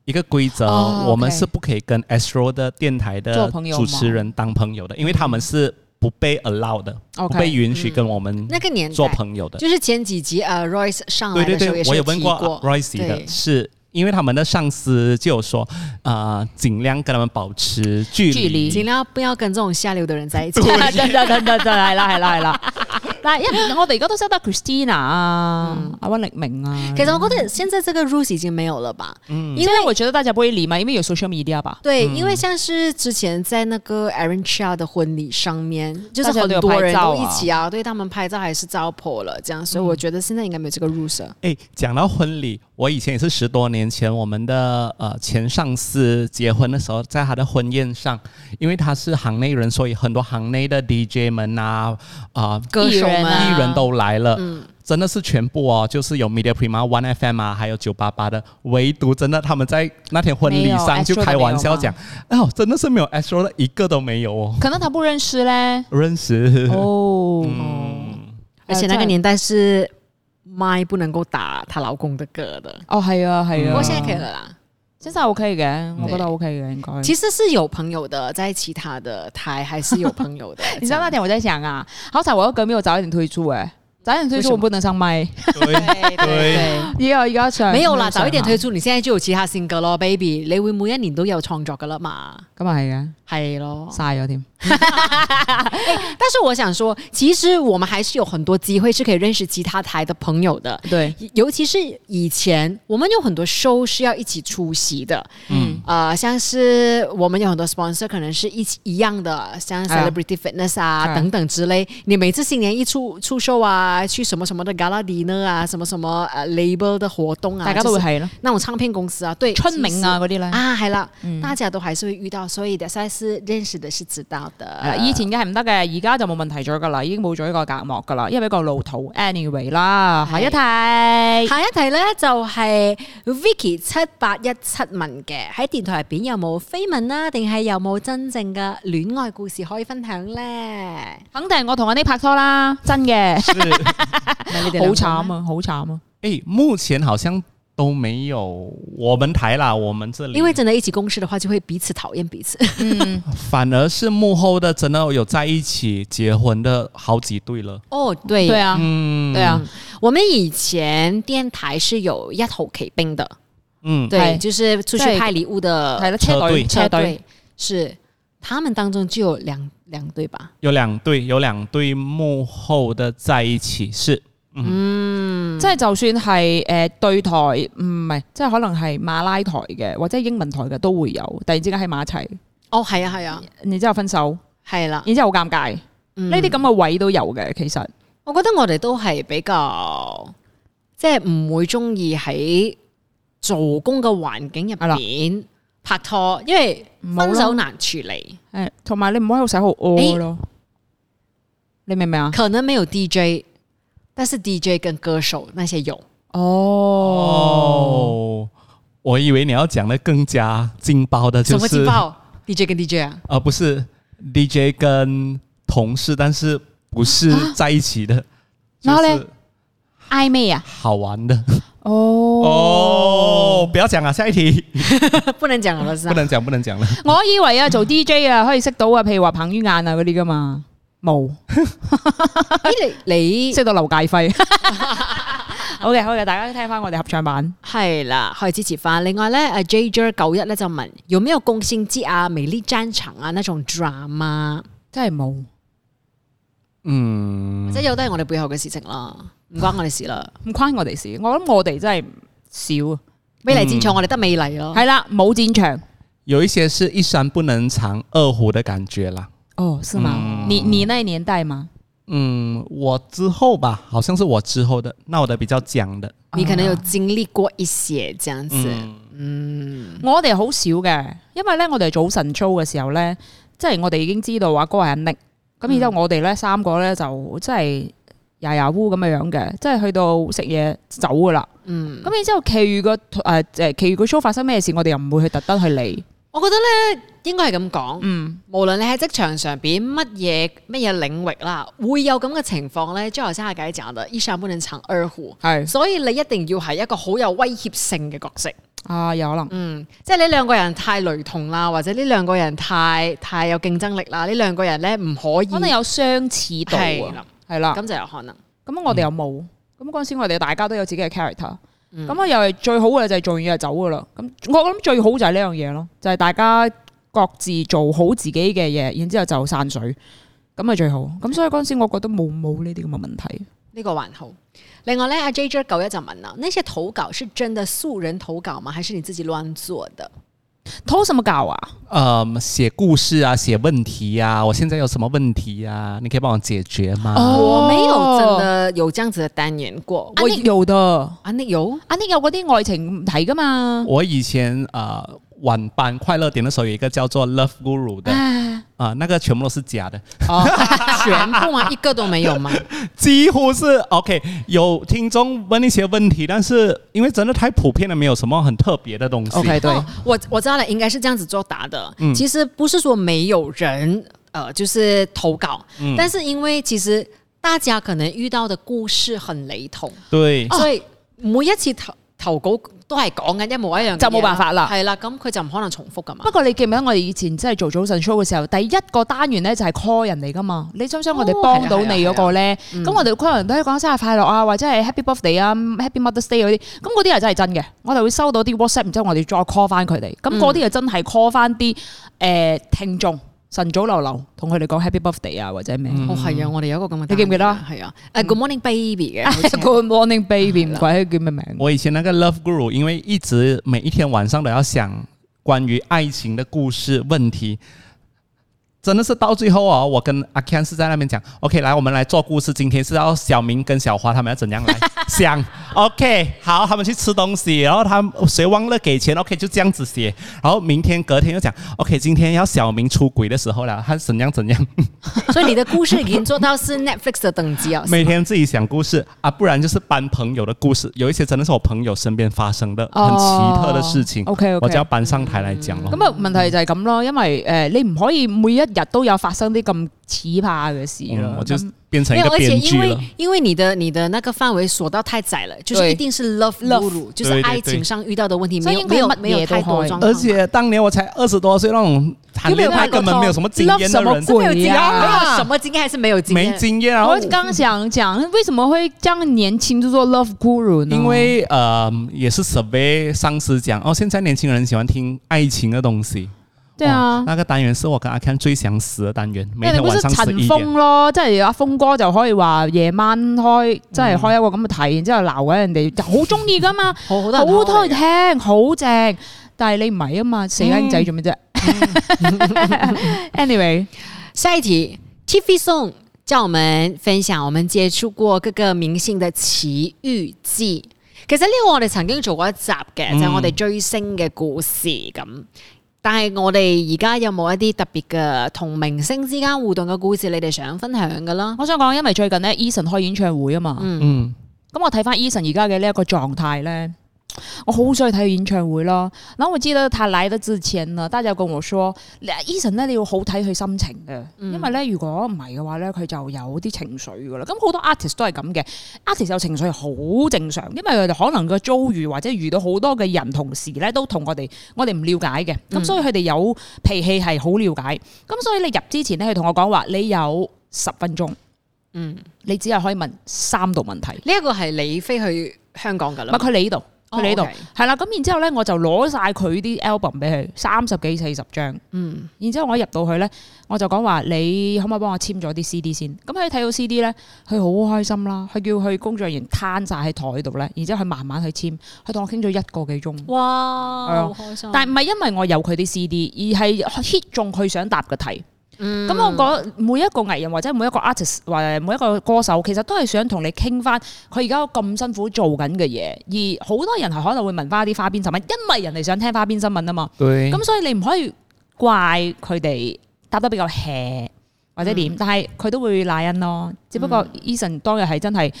Speaker 1: 一个规则，
Speaker 2: 哦
Speaker 1: 我们
Speaker 2: OK
Speaker 1: 是不可以跟 Astro 的电台
Speaker 2: 做
Speaker 1: 的
Speaker 2: 朋友
Speaker 1: 主
Speaker 2: 吗
Speaker 1: 持人当朋友的，因为他们是不被 allow 的不被
Speaker 2: OK，
Speaker 1: 允许跟我们
Speaker 3: 那个年代
Speaker 1: 做朋友的。
Speaker 3: 就是前幾集呃 Royce 上
Speaker 1: 对
Speaker 3: 來的
Speaker 1: 对
Speaker 3: 時候
Speaker 1: 对，我
Speaker 3: 也
Speaker 1: 有
Speaker 3: 是
Speaker 1: 问
Speaker 3: 提
Speaker 1: 过啊
Speaker 3: 過
Speaker 1: Royce
Speaker 3: 對
Speaker 1: 的，是因为他们的上司就有说，啊，尽量跟他们保持距
Speaker 2: 距
Speaker 1: 离
Speaker 2: 离
Speaker 3: 盡量不要跟這種下流的人在一起。
Speaker 2: 真真真真真係啦係啦係啦。但係因為我哋而家都識得 Christina 啊、阿温力明啊。
Speaker 3: 嗯
Speaker 2: 嗯
Speaker 3: 其实我觉得现在这个 rules 已经没有了吧？因
Speaker 2: 因
Speaker 3: 为
Speaker 2: 为我觉得大家不会理嘛，因为有 social media 吧。
Speaker 3: 对，因为像是之前在那个 Aaron Chia 的婚礼上面，就是
Speaker 2: 大家
Speaker 3: 很
Speaker 2: 都有
Speaker 3: 多人
Speaker 2: 拍照
Speaker 3: 都
Speaker 2: 啊
Speaker 3: 一起啊，对他们拍照还是照破了这样，所以我觉得现在应该没有这个 rules 了。
Speaker 1: 哎，讲到婚礼，我以前也是十多年前，我们的呃前上司结婚的时候，在他的婚宴上，因为他是行内人，所以很多行内的 DJ 们啊啊、
Speaker 3: 歌手
Speaker 2: 艺
Speaker 3: 们
Speaker 2: 人啊嗯
Speaker 3: 啊
Speaker 1: 艺人都来了，真的是全部哦，就是有 Media Prima、One FM 啊，还有九八八的，唯独真的他们在那天婚礼
Speaker 2: 没
Speaker 1: 上
Speaker 2: 有
Speaker 1: 就
Speaker 2: Astro
Speaker 1: 开玩笑
Speaker 2: 的没有
Speaker 1: 讲，哎呦，真的是没有 Astro 的一个都没有哦，
Speaker 2: 可能他不认识咧。
Speaker 1: 认识。嗯
Speaker 2: 哦，
Speaker 3: 嗯 而且那个
Speaker 2: 呃
Speaker 3: 年代是麦不能够打她老公的歌的，
Speaker 2: 哦係啊係啊，
Speaker 3: 不过现在可以，了啦。
Speaker 2: 真係 OK 嘅，我覺得 OK 嘅應該。。
Speaker 3: 其实是有朋友的，在其他的台还是有朋 友的
Speaker 2: 你知道那天我在想啊，好彩我的歌没有早一点推出哎、早一点推出我不能上麦，
Speaker 1: 对
Speaker 3: 对对
Speaker 2: 也有一个上
Speaker 3: 没有啦，早一点推
Speaker 2: 出，
Speaker 3: 出，你现在就有其他性格咯，baby，你會每一年都有創作噶啦嘛，
Speaker 2: 咁啊係嘅，
Speaker 3: 係咯。
Speaker 2: 晒咗添。
Speaker 3: 但是我想说，其实我们还是有很多机会是可以认识其他台的朋友的，
Speaker 2: 對，
Speaker 3: 尤其是以前我们有很多 show 是要一起出席的，
Speaker 2: 嗯，
Speaker 3: 呃，像是我们有很多 sponsor 可能是一起一样的，像
Speaker 2: 啊
Speaker 3: Celebrity Fitness 啊
Speaker 2: 啊
Speaker 3: 等等之类。你每次新年一出出售啊，去什么什么的 gala dinner 啊，什么什么呃 label 的活动啊，
Speaker 2: 大家都
Speaker 3: 就
Speaker 2: 會
Speaker 3: 是
Speaker 2: 係咯，
Speaker 3: 那种唱片公司啊，对，
Speaker 2: 春明啊嗰啲
Speaker 3: 其實。
Speaker 2: 咧。
Speaker 3: 啊，系啦，
Speaker 2: 嗯
Speaker 3: 大家都还是会遇到，所以的赛是认识的是知道
Speaker 2: 係啦
Speaker 3: 的。
Speaker 2: 呃啊以前嘅係唔得嘅，而家就冇問題咗噶啦，已經冇咗呢個隔膜噶啦，因為比較老土。Anyway 啦，下一題，
Speaker 3: 下一題咧就係 Vicky 七八一七問嘅，喺電台入邊有冇緋聞啦，定係有冇真正嘅戀愛故事可以分享咧？
Speaker 2: 肯定我同阿 n 拍拖啦，真嘅，
Speaker 1: 是
Speaker 2: 好慘啊，好慘啊，
Speaker 1: 哎，目前好像都没有我们台啦，我们这里
Speaker 3: 因为真的一起共事的话，就会彼此讨厌彼此。
Speaker 2: 嗯，
Speaker 1: 反而是幕后的真的有在一起结婚的好几对了。
Speaker 3: 哦，对
Speaker 2: 對啊，
Speaker 1: 嗯，
Speaker 2: 對啊，
Speaker 3: 我们以前电台是有一号骑兵的，
Speaker 1: 嗯，
Speaker 3: 对，
Speaker 2: 对
Speaker 3: 就是出去
Speaker 2: 对
Speaker 3: 派礼物
Speaker 2: 係
Speaker 3: 的
Speaker 2: 啦，車隊，
Speaker 1: 車
Speaker 2: 車隊。
Speaker 3: 队，是他们当中就有两两对吧？
Speaker 1: 有两对，有两对幕后的在一起是，
Speaker 2: 即係就算係誒、呃、對台，唔係即係可能係馬拉台嘅，或者英文台嘅都會有，突然之間喺埋一齊，
Speaker 3: 哦，係啊，係啊，
Speaker 2: 然之後分手，
Speaker 3: 係啦，嗯
Speaker 2: 然之後好尷尬，呢
Speaker 3: 呢
Speaker 2: 啲咁嘅位都有嘅，其實
Speaker 3: 我覺得我哋都係比較即係唔會中意喺做工嘅環境入
Speaker 2: 係啦
Speaker 3: 邊拍拖，因為
Speaker 2: 冇啦
Speaker 3: 分手難處理，
Speaker 2: 誒，同埋你唔好喺度使好
Speaker 3: 誒
Speaker 2: 屙咯，你明唔明啊？
Speaker 3: 可能沒有 DJ，但是 DJ 跟歌手那些有。
Speaker 2: 哦，
Speaker 1: 哦，我以为你要讲的更加劲爆的，
Speaker 3: 什
Speaker 1: 就
Speaker 3: 麼
Speaker 1: 是
Speaker 3: 勁爆？DJ 跟 DJ 啊？
Speaker 1: 呃，不是 DJ 跟同事，但是不是在一起 的，
Speaker 2: 然后
Speaker 1: 就
Speaker 2: 嘞
Speaker 1: 是
Speaker 2: 曖昧啊，
Speaker 1: 好玩的
Speaker 2: 哦
Speaker 1: 哦，不要讲啊，下一题
Speaker 3: 不能講了，是
Speaker 1: 不
Speaker 3: 啊。
Speaker 1: 能讲，不能讲了。
Speaker 2: 我以為啊做 DJ 啊可以識到啊，譬如話彭于晏啊嗰啲噶嘛，冇。
Speaker 3: 咦你你
Speaker 2: 識到劉 介輝。好嘅，好嘅，大家聽翻我哋合唱版。
Speaker 3: 係啦，可以支持翻。另外咧，阿 J J 九一咧就問有沒有共性之啊、美麗戰場啊那種 drama，
Speaker 2: 真係冇，
Speaker 1: 嗯
Speaker 2: 嗯
Speaker 3: 即，係有都係我哋背後嘅事情啦，唔關我哋事啦。
Speaker 2: 唔關我哋事。我諗我哋真係少啊。
Speaker 3: 美麗戰場我哋得美麗咯。
Speaker 2: 係啦，冇戰場。
Speaker 1: 有一些是一山不能藏二虎的感觉啦。
Speaker 2: 哦，是嗎？你你那年代嗎？
Speaker 1: 嗯，我之后吧，好像是我之后的闹得比较僵的。
Speaker 3: 你可能
Speaker 2: 哦
Speaker 3: 有经历过一些这样子，
Speaker 1: 嗯，
Speaker 2: 我哋好少嘅，因為咧我哋早晨操嘅時候咧，即係我哋已經知道話哥係阿 Nick，咁
Speaker 3: 嗯
Speaker 2: 然之後我哋咧三個咧就即係牙牙烏咁樣樣嘅，即係去到食嘢走噶啦。
Speaker 3: 嗯，
Speaker 2: 咁然之後，其餘個誒誒，其餘個 show 發生咩事，我哋又唔會去特登去理。
Speaker 3: 我覺得咧應該係咁講，
Speaker 2: 嗯，
Speaker 3: 無論你喺職場上邊乜嘢乜嘢領域啦，會有咁嘅情況咧。最後生下解講的，一山不能藏二虎，
Speaker 2: 係。
Speaker 3: 所以你一定要係一個好有威脅性嘅角色，
Speaker 2: 啊，有可能。
Speaker 3: 嗯，即係呢兩個人太雷同啦，或者呢兩個人太太有競爭力啦，呢兩個人咧唔可以，
Speaker 2: 可能有相似度
Speaker 3: 係啦
Speaker 2: 啊，係啦。
Speaker 3: 咁就有可能。
Speaker 2: 咁我哋又冇，咁嗰陣時我哋大家都有自己嘅 character，咁我又係最好嘅就係做完嘢就走噶啦。咁我諗最好就係呢樣嘢咯，就係大家各自做好自己嘅嘢，然之後就散水。咁咁咪最好。咁所以嗰阵时我覺得冇冇呢啲咁嘅問題。
Speaker 3: 呢個還好。另外咧，阿 J J 九一就問啦：呢些投稿是真的素人投稿嗎？還是你自己亂做的？
Speaker 2: 偷什麼搞啊？
Speaker 1: 呃，写故事啊，写问题呀、我现在有什么问题呀、你可以帮我解决吗？
Speaker 2: 哦
Speaker 3: 我沒有真的有這樣子的單元過。
Speaker 2: 阿
Speaker 3: 我
Speaker 2: Nick 有的，
Speaker 3: 啊，你有？
Speaker 2: 阿 Nick 有嗰啲愛情題噶嘛？
Speaker 1: 我以前呃晚班快乐点的时候，有一个叫做 Love Guru 的啊、
Speaker 2: 唉
Speaker 1: 那个全部都是假的，
Speaker 3: 哦，全部啊，一個都沒有嗎？
Speaker 1: 几乎是 OK。有听众问一些问题，但是因为真的太普遍了，没有什么很特别的东西。
Speaker 2: ，OK 對
Speaker 3: 哦， 我我知道了，应该是这样子作答的。其实不是说没有人呃，就是投稿，但是因为其实大家可能遇到的故事很雷同，
Speaker 1: 对，
Speaker 3: 所以每一次投投稿都係講緊一模一樣嘅嘢啦，
Speaker 2: 就冇辦法啦
Speaker 3: 係啦，咁佢就唔可能重複噶嘛
Speaker 2: 不。過你記唔記得我哋以前真係做早晨 show 嘅時候，第一個單元咧就係 call 人嚟噶嘛？你想唔想我哋幫到你嗰個咧？咁我哋 call 人都係講生日快樂啊，或者係 Happy Birthday 啊、Happy Mother's Day 嗰啲，咁嗰啲係真係真嘅。我哋會收到啲 WhatsApp，然之後我哋再 call 翻佢哋。咁嗰啲就真係 call 翻啲誒聽眾，晨早流流同佢哋講 Happy Birthday 啊，或者咩
Speaker 3: 哦，係啊，我哋有一個咁嘅，
Speaker 2: 你記唔記得啊
Speaker 3: 係啊，誒 Good Morning Baby 嘅好似 係，
Speaker 2: ？Good morning baby，唔怪得叫咩名。
Speaker 1: 我以前那个 Love Guru，因为一直每一天晚上都要想关于爱情的故事问题，真的是到最后哦，我跟阿 Ken 是在那边讲，OK，来，我们来做故事，今天是要小明跟小花他们要怎样来 想，OK，好，他们去吃东西，然后他们谁忘了给钱，OK，就这样子写，然后明天隔天又讲，OK，今天要小明出轨的时候了，他怎样怎样，
Speaker 3: 所以你的故事已經做到是 Netflix 的 等級啊。
Speaker 1: 每天自己想故事啊，不然就是搬朋友的故事，有一些真的是我朋友身边发生的
Speaker 2: 哦
Speaker 1: 很奇特的事情。
Speaker 2: OK，OK
Speaker 1: 我就要搬上台来讲咯。
Speaker 2: 咁啊，問題就係咁咯，因為誒、呃你唔可以每一日都有發生啲咁奇葩嘅事咯。
Speaker 1: 嗯我就
Speaker 2: 咁
Speaker 1: 变成
Speaker 3: 没
Speaker 1: 一
Speaker 3: 有，
Speaker 1: 个
Speaker 3: 而且
Speaker 1: 编
Speaker 3: 因
Speaker 1: 剧
Speaker 3: 为
Speaker 1: 了。
Speaker 3: 因为你的你的那个范围锁到太窄了，就是
Speaker 2: 对
Speaker 3: 一定是 love
Speaker 2: Love
Speaker 3: guru，就是
Speaker 1: 对对
Speaker 3: 爱情上遇到的问题，
Speaker 2: 所
Speaker 3: 没
Speaker 2: 以应
Speaker 3: 有
Speaker 2: 该
Speaker 3: 没有
Speaker 2: 乜
Speaker 3: 没有
Speaker 2: 嘢都
Speaker 3: 太多啊
Speaker 2: 开
Speaker 3: 状况。
Speaker 1: 而且当年我才二十多岁，那种谈恋爱根本没有什么经验的
Speaker 2: Love
Speaker 1: 人
Speaker 2: 什，么鬼
Speaker 3: 没有什
Speaker 2: 啊！
Speaker 3: 么经验还是没有经
Speaker 1: 没
Speaker 3: 验，
Speaker 1: 经验。然后
Speaker 2: 我刚想講，為什麼會這樣年輕就做 Love Guru 呢？
Speaker 1: 因為呃也是 survey 上司讲哦，现在年轻人喜欢听爱情的东西。
Speaker 2: 對啊
Speaker 1: 哇，那个单元是我跟阿 Ken 最想死的单元，
Speaker 2: 因
Speaker 1: 哦每
Speaker 2: 為你
Speaker 1: 天
Speaker 2: 本
Speaker 1: 晚
Speaker 2: 身
Speaker 1: 上十
Speaker 2: 陳
Speaker 1: 一
Speaker 2: 峰
Speaker 1: 點。
Speaker 2: 咯，即係阿峰哥就可以話夜晚開，即係開一個咁嘅
Speaker 1: 嗯
Speaker 2: 題，然之後鬧緊人哋，好中意 噶嘛，
Speaker 3: 好好多人
Speaker 2: 好
Speaker 3: 都
Speaker 2: 多
Speaker 3: 好
Speaker 2: 人聽，好正。但係你唔係啊嘛，死僆
Speaker 1: 嗯
Speaker 2: 仔做咩啫 ？Anyway，
Speaker 3: 下一题，TV Song 叫我們分享我們接觸過各個明星嘅奇遇記。其實呢個我哋曾經做過一集
Speaker 2: 嗯
Speaker 3: 嘅，就係我哋追星嘅故事咁。但係我哋而家有冇一啲特別嘅同明星之間互動嘅故事，你哋想分享嘅啦？
Speaker 2: 我想講，因為最近咧，Eason 開演唱會啊嘛，咁、
Speaker 1: 嗯，
Speaker 2: 我睇翻 Eason 而家嘅呢一個狀態咧，我好想去睇佢演唱會咯。然後我記得他來得之前呢，大家有跟我說，Eason 咧你要好睇佢心情嘅，因為咧如果唔係嘅話咧，佢就有啲情緒噶啦。咁好多 artist 都係咁嘅，artist 有情緒好正常，因為佢哋可能個遭遇或者遇到好多嘅人同事咧，都同我哋我哋唔了解嘅，咁、所以佢哋有脾氣係好了解。咁所以你入之前咧，佢同我講話，你有十分鐘。
Speaker 3: 嗯，
Speaker 2: 你只係可以問三道問題。
Speaker 3: 呢一個係你飛去香港㗎
Speaker 2: 唔
Speaker 3: 啦
Speaker 2: 係。佢嚟呢度，佢嚟呢度
Speaker 3: 哦，OK
Speaker 2: 係啦。咁然之後咧，我就攞晒佢啲 album 俾佢，三十幾四十張。
Speaker 3: 嗯，
Speaker 2: 然之後我一入到去咧，我就講話你可唔可以幫我簽咗啲 CD 先？咁佢睇到 CD 咧，佢好開心啦。佢叫佢工作人員攤晒喺台度咧，然之後佢慢慢去簽。佢同我傾咗一個幾鐘。
Speaker 3: 哇
Speaker 2: 係啊
Speaker 3: 開心
Speaker 2: 但唔係因為我有佢啲 CD，而係 hit 中佢想答嘅題。
Speaker 3: 嗯
Speaker 2: 咁、我覺得每一個藝人或者每一個 artist 或者每一個歌手，其實都係想同你傾翻佢而家咁辛苦做緊嘅嘢，而好多人係可能會問翻啲花邊新聞，因為人哋想聽花邊新聞啊嘛。
Speaker 1: 對。
Speaker 2: 咁所以你唔可以怪佢哋答得比較 hea 或者點，但係佢都會賴恩咯。只不過 Eason 當日係真係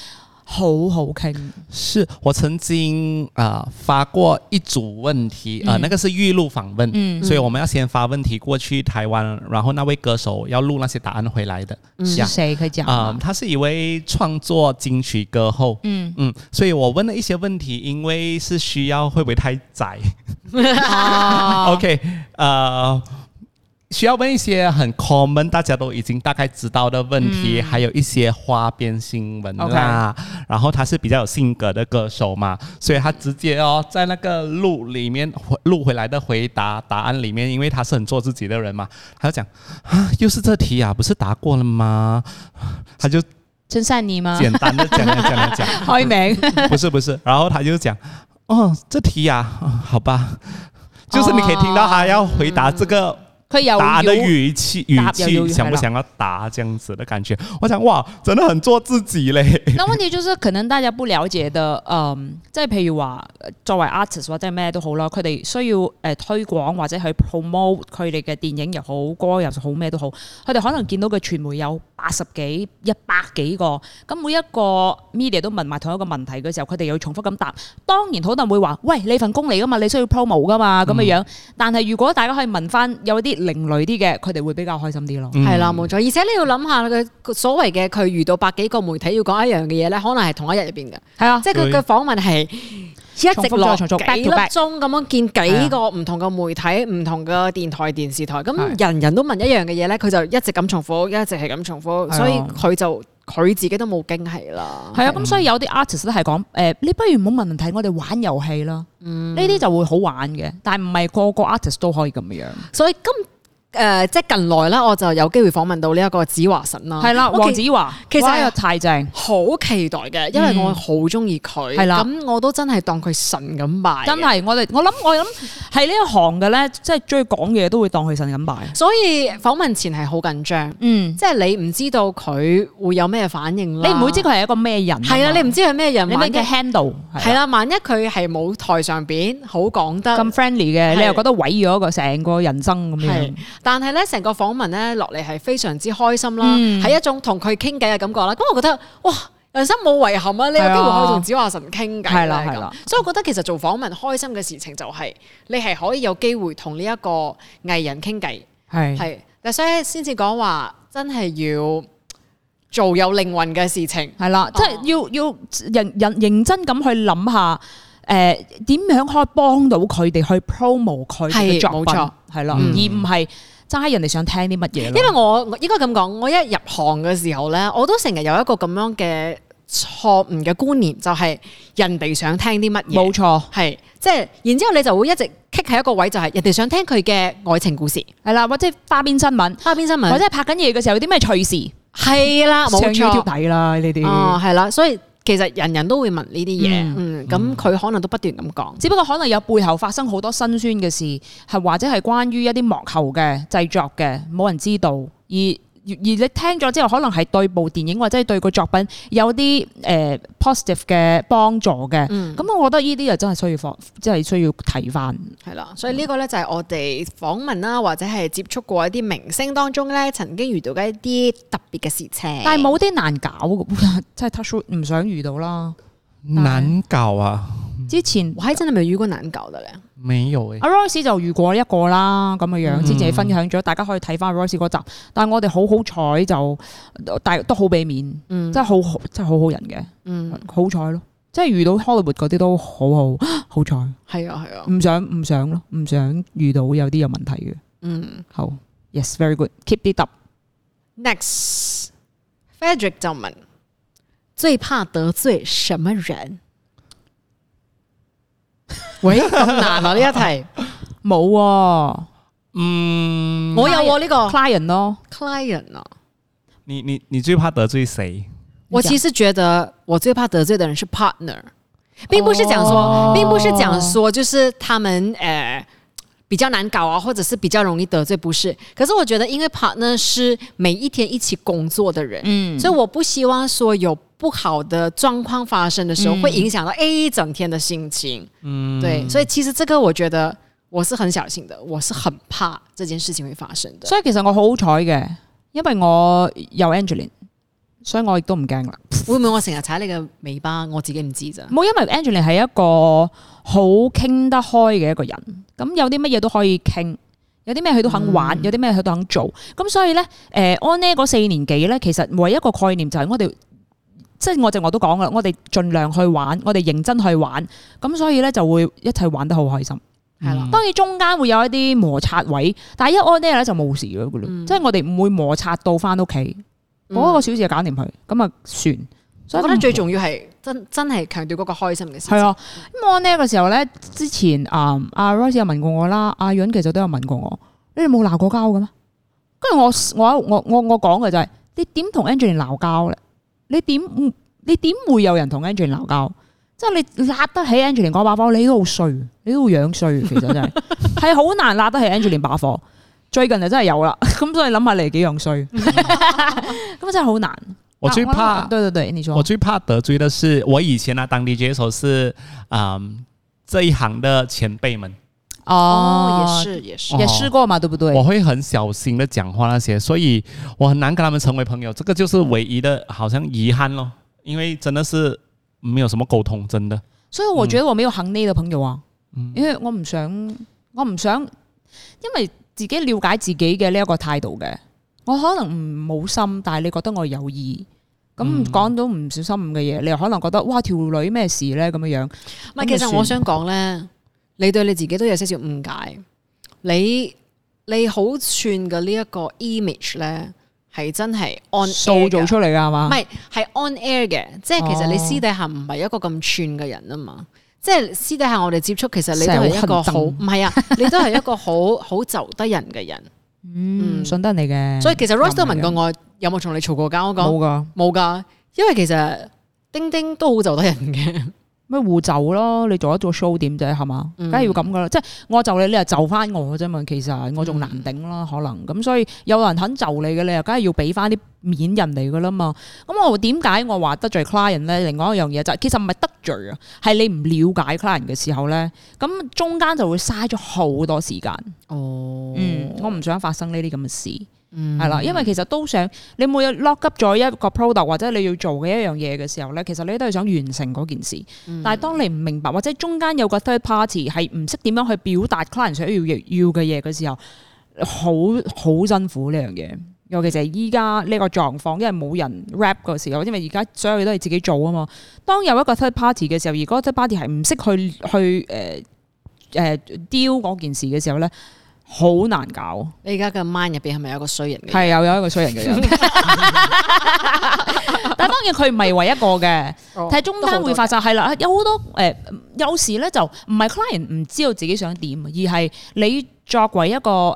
Speaker 2: 好好傾，
Speaker 1: 是我曾经啊、呃发过一组问题
Speaker 2: 嗯
Speaker 1: 啊、呃那个是预录访问，所以我们要先发问题过去台湾，然后那位歌手要录那些答案回来的，是
Speaker 2: 嗯是
Speaker 1: 啊。
Speaker 2: 誰佢講
Speaker 1: 啊、
Speaker 2: 啊？
Speaker 1: 他是一位创作金曲歌后，
Speaker 2: 嗯
Speaker 1: 嗯，所以我问了一些问题，因为是需要会不会太窄、o k 呃，需要问一些很 common，大家都已经大概知道的问题，还有一些花边新闻啦。然后他是比较有性格的歌手嘛，所以他直接哦在那个录里面回录回来的回答答案里面，因为他是很做自己的人嘛，他就讲啊，又是这题啊，不是答过了吗？ 他就
Speaker 2: 真善你吗？
Speaker 1: 简单的讲讲讲讲讲，
Speaker 2: 開名
Speaker 1: 不是不是，然后他就讲哦，这题呀、啊哦好吧，就是你可以听到他要回答这个。
Speaker 2: 佢有
Speaker 1: 答的
Speaker 2: 嗯要
Speaker 1: 语气语
Speaker 2: 答有有
Speaker 1: 气，想
Speaker 2: 还了
Speaker 1: 不想要答这样子的感觉？我想哇，真的很做自己嘞。
Speaker 2: 但問題就是可能大家不了解嘅，嗯，即係譬如話作為 artist 或者係咩都好啦，佢哋需要誒、呃推廣或者去 promote 佢哋嘅電影又好，歌又好咩都好，佢哋可能見到嘅傳媒有八十幾、一百幾個，咁每一個 media 都問埋同一個問題嘅時候，佢哋又要重複咁答。當然好多人會話：喂，你份工嚟噶嘛，你需要 promo 噶嘛咁嘅樣。但係如果大家可以問翻有啲另類啲嘅，佢哋會比較開心啲咯。
Speaker 3: 係啦，冇錯。而且你要諗下佢所謂嘅佢遇到百幾個媒體要講一樣嘅嘢咧，可能係同一日入邊嘅，
Speaker 2: 係啊，
Speaker 3: 即係佢
Speaker 1: 對
Speaker 3: 嘅訪問係一直落
Speaker 2: 重複再重複 back
Speaker 3: 幾粒
Speaker 2: to
Speaker 3: 鐘
Speaker 2: back
Speaker 3: 咁樣見幾個唔同嘅媒體、唔同嘅電台、電視台，咁人人都問一樣嘅嘢咧，佢就一直咁重複，一直係咁重
Speaker 2: 啊
Speaker 3: 複，
Speaker 2: 係啊
Speaker 3: 所以佢就佢自己都冇驚喜啦。
Speaker 2: 係啊，咁所以有啲 artist 都係講誒，你不如唔好問問題，我哋玩遊戲啦。
Speaker 3: 嗯
Speaker 2: 呢啲就會好玩嘅，但係唔係個個 artist 都可以咁樣。
Speaker 3: 所以今誒、即係近來啦，我就有機會訪問到呢一個子華神啦。
Speaker 2: 係啦，
Speaker 3: 哦我
Speaker 2: 黃
Speaker 3: 其
Speaker 2: 子華
Speaker 3: 其實
Speaker 2: 又太正，
Speaker 3: 好期待嘅，因為我好中意佢，
Speaker 2: 嗯係啦
Speaker 3: 咁我都真係當佢神咁拜嘅，
Speaker 2: 真係我哋我諗我諗係呢一行嘅咧，即係中意講嘢都會當佢神咁拜。
Speaker 3: 所以訪問前係好緊張，
Speaker 2: 嗯，
Speaker 3: 即係你唔知道佢會有咩反應啦。
Speaker 2: 你唔會知佢係一個咩人啊嘛。
Speaker 3: 係啊，你唔知佢咩人，
Speaker 2: 你
Speaker 3: 萬
Speaker 2: 咩嘅
Speaker 3: 一
Speaker 2: handle 啊
Speaker 3: 係啦，萬一佢係冇台上邊好講得
Speaker 2: 咁 friendly 嘅，
Speaker 3: 係
Speaker 2: 你又覺得毀咗個成個人生咁
Speaker 3: 係
Speaker 2: 樣。，
Speaker 3: 但係咧成個訪問咧落嚟係非常之開心啦，
Speaker 2: 嗯
Speaker 3: 係、一種同佢傾偈嘅感覺啦。咁我覺得哇，人生冇遺憾啊！你有機會可以同子華神傾偈
Speaker 2: 係啦
Speaker 3: 咧
Speaker 2: 係啦
Speaker 3: 咁所以我覺得其實做訪問開心嘅事情就係、你係可以有機會同呢一個藝人傾偈，
Speaker 2: 係
Speaker 3: 係，但所以先至講話真係要做有靈魂嘅事情。
Speaker 2: 係啦，即係要要認認認真咁去諗下。誒點樣可以幫到佢哋去 promo 佢哋嘅
Speaker 3: 係
Speaker 2: 作
Speaker 3: 冇
Speaker 2: 品
Speaker 3: 錯
Speaker 2: 係啦，而
Speaker 3: 嗯
Speaker 2: 唔係齋人哋想聽啲乜嘢
Speaker 3: 因
Speaker 2: 咯。
Speaker 3: 為我我應該咁講，我一入行嘅時候咧，我都成日有一個咁樣嘅錯誤嘅觀念，就係、人哋想聽啲乜嘢。
Speaker 2: 嗯冇錯，
Speaker 3: 係，即係然之後你就會一直棘喺一個位，就係人哋想聽佢嘅愛情故事、
Speaker 2: 係啦，或者花邊新聞，
Speaker 3: 花邊新聞，
Speaker 2: 或者係拍緊嘢嘅時候有啲咩趣事，
Speaker 3: 係啦，啊冇
Speaker 2: 上 YouTube
Speaker 3: 錯，
Speaker 2: 睇啦呢啲。
Speaker 3: 哦，係啦，所以其實人人都會問呢啲嘢，嗯，咁佢可能都不斷咁講，
Speaker 2: 只不過可能有背後發生好多辛酸嘅事，係或者係關於一啲幕後嘅製作嘅，冇人知道。而而而你聽咗之後，可能係對部電影或者係對個作品有啲誒、呃 positive 嘅幫助嘅。咁、我覺得呢啲又真係需要放，真係需要睇翻。
Speaker 3: 係啦，所以呢個咧就係我哋訪問啦，或者係接觸過一啲明星當中咧，曾經遇到嘅一啲特別嘅事情，
Speaker 2: 但係冇啲難搞嘅，真係 touch wood，唔想遇到啦。
Speaker 1: 难搞啊，
Speaker 2: 之前
Speaker 3: 我喺真係未遇過難搞嘅咧，
Speaker 1: 没有诶、
Speaker 2: 阿 Royce 就遇過一個啦，咁嘅樣之前分享咗，大家可以睇翻 Royce 嗰集。但係我哋好好彩就，但係都好俾面，真係好好，真係好好人嘅，
Speaker 3: 嗯
Speaker 2: 好彩咯。即係遇到 Hollywood 嗰啲都好好， 好彩，
Speaker 3: 係啊係啊，
Speaker 2: 唔想唔想咯，唔想遇到有啲有問題嘅。
Speaker 3: 嗯
Speaker 2: 好，yes，very good，keep it up。
Speaker 3: ，next，Frederick 就問最怕得罪什麼人？
Speaker 2: 喂，
Speaker 3: 咁難啊呢一題，
Speaker 2: 冇喎
Speaker 1: 嗯，
Speaker 3: 我有喎呢個
Speaker 2: ，client 咯，
Speaker 3: client 啊，
Speaker 1: 你你你最怕得罪谁？
Speaker 3: 我其實覺得我最怕得罪的人是 partner，並不是講說，
Speaker 2: 哦
Speaker 3: 並不是講說就是他們呃比較難搞啊，或者是比較容易得罪，不是。可是我覺得，因為 partner 是每一天一起工作的人，
Speaker 2: 嗯，
Speaker 3: 所以我不希望說有不好的狀況發生的時
Speaker 2: 嗯
Speaker 3: 候，會影響到一整天的心情。嗯，對，所以其實這個我覺得我是很小心的，我是很怕這件事情會發生的。
Speaker 2: 所以其實我好好彩嘅，因為我有 Angeline，所以我亦都唔驚啦。
Speaker 3: 會唔會我成日踩你嘅尾巴，我自己唔知咋？
Speaker 2: 冇，因為 Angeline 係一個好傾得開嘅一個人，咁有啲乜嘢都可以傾，有啲咩佢都肯玩，
Speaker 3: 嗯
Speaker 2: 有啲咩佢都肯做，咁所以咧，誒、安呢呃嗰四年幾咧，其實唯一一個概念就係我哋。即係我正我都講啦，我哋盡量去玩，我哋認真去玩，咁所以咧就會一齊玩得好開心。
Speaker 3: 系啦
Speaker 1: 嗯。
Speaker 2: 當然中間會有一啲摩擦位，但係一 on air 咧就冇事嘅噶啦，即係我哋唔會摩擦到翻屋企，
Speaker 3: 嗯
Speaker 2: 嗰個小事就搞掂佢，咁啊算。所以嗯
Speaker 3: 我覺得最
Speaker 2: 唔
Speaker 3: 重要係真真係強調嗰個開心嘅事情。
Speaker 2: 係啊，咁 on air 嘅時候咧，之前啊阿 Rose 有問過我啦，阿潤其實都有問過我，你哋冇鬧過交嘅咩？跟住我我我我我講嘅就係、你點同 Angeline 鬧交咧？你點你點會有人同 Angeline 鬧交？即係你辣得起 Angeline 嗰把火，你都好衰，你都好樣衰，其實真 係係好難辣得起 Angeline 把火。最近就真係有啦， 咁所以諗下你幾樣衰，
Speaker 3: 嗯
Speaker 2: 咁真係好難。
Speaker 1: 我最
Speaker 2: 啊
Speaker 1: 怕
Speaker 2: 諗下對對對，你說
Speaker 1: 我最怕得罪的是，我以前啊当 DJ 的时候是，嗯，这一行的前辈们，
Speaker 3: 哦，也是也是
Speaker 1: 哦，
Speaker 2: 也試過嘛，對不對？
Speaker 1: 我会很小心的讲话那些，所以我很难跟他们成为朋友，这个就是唯一的好像遗憾咯，因为真的是没有什么沟通，真的。
Speaker 2: 所以我觉得我没有行呢嘅朋友啊，因为我唔想，我唔想，因为自己了解自己嘅呢一个态度嘅，我可能唔冇心，但系你觉得我有意。咁講到唔小心嘅嘢，你又可能覺得哇條女咩事咧咁樣樣，
Speaker 3: 唔係，其實我想講咧，你對你自己都有些少誤解。你你好串嘅呢一個 image 咧，係真係 on
Speaker 2: 塑
Speaker 3: air
Speaker 2: 造
Speaker 3: 嘅
Speaker 2: 出嚟㗎係
Speaker 3: 唔
Speaker 2: 嘛？
Speaker 3: 係係 on air 嘅，即係其實你
Speaker 2: 哦
Speaker 3: 私底下唔係一個咁串嘅人啊嘛。即係私底下我哋接觸，其實你都係一
Speaker 2: 成
Speaker 3: 個
Speaker 2: 日
Speaker 3: 好
Speaker 2: 好
Speaker 3: 唔
Speaker 2: 恨
Speaker 3: 係 啊，你都係一個好好就得人嘅人。
Speaker 2: 嗯，信得你嘅。
Speaker 3: 所以其實 Royce 都
Speaker 2: 明
Speaker 3: 問過我有冇同你嘈過交，我
Speaker 2: 冇
Speaker 3: 講
Speaker 2: 噶，
Speaker 3: 冇㗎，因為其實丁丁都好就得人嘅。
Speaker 2: 咩互就咯？你做一做 show 點啫係嘛？
Speaker 3: 嗯
Speaker 2: 梗係要咁噶啦，即係我就你，你又就翻我啫嘛。其實我仲難頂啦，可
Speaker 3: 嗯
Speaker 2: 能咁，所以有人肯就你嘅，你又梗係要俾翻啲面人嚟噶啦嘛。咁我點解我話得罪 client 咧？另外一樣嘢就係、其實唔係得罪啊，係你唔了解 client 嘅時候咧，咁中間就會嘥咗好多時間。
Speaker 3: 哦
Speaker 2: 嗯，我唔想發生呢啲咁嘅事。
Speaker 3: 嗯
Speaker 2: 係啦，因為其實都想你每日 lock up 咗一個 product 或者你要做嘅一樣嘢嘅時候咧，其實你都係想完成嗰件事。但係當你唔明白或者中間有個 third party 係唔識點樣去表達 client 想要要嘅嘢嘅時候，好好辛苦呢樣嘢。尤其是依家呢個狀況，因為冇人 rap 嘅時候，因為而家所有嘢都係自己做啊嘛。當有一個 third party 嘅時候，而嗰個 third party 係唔識去去誒誒 deal 嗰件事嘅時候咧，好難搞。
Speaker 3: 你而家嘅 mind 入邊係咪有個衰人嘅？
Speaker 2: 係又有一個衰人嘅 人，但係當然佢唔係唯一一個嘅，但係中間會發生係啦，有好多誒，有時咧就唔係 client 唔知道自己想點，而係你作為一個誒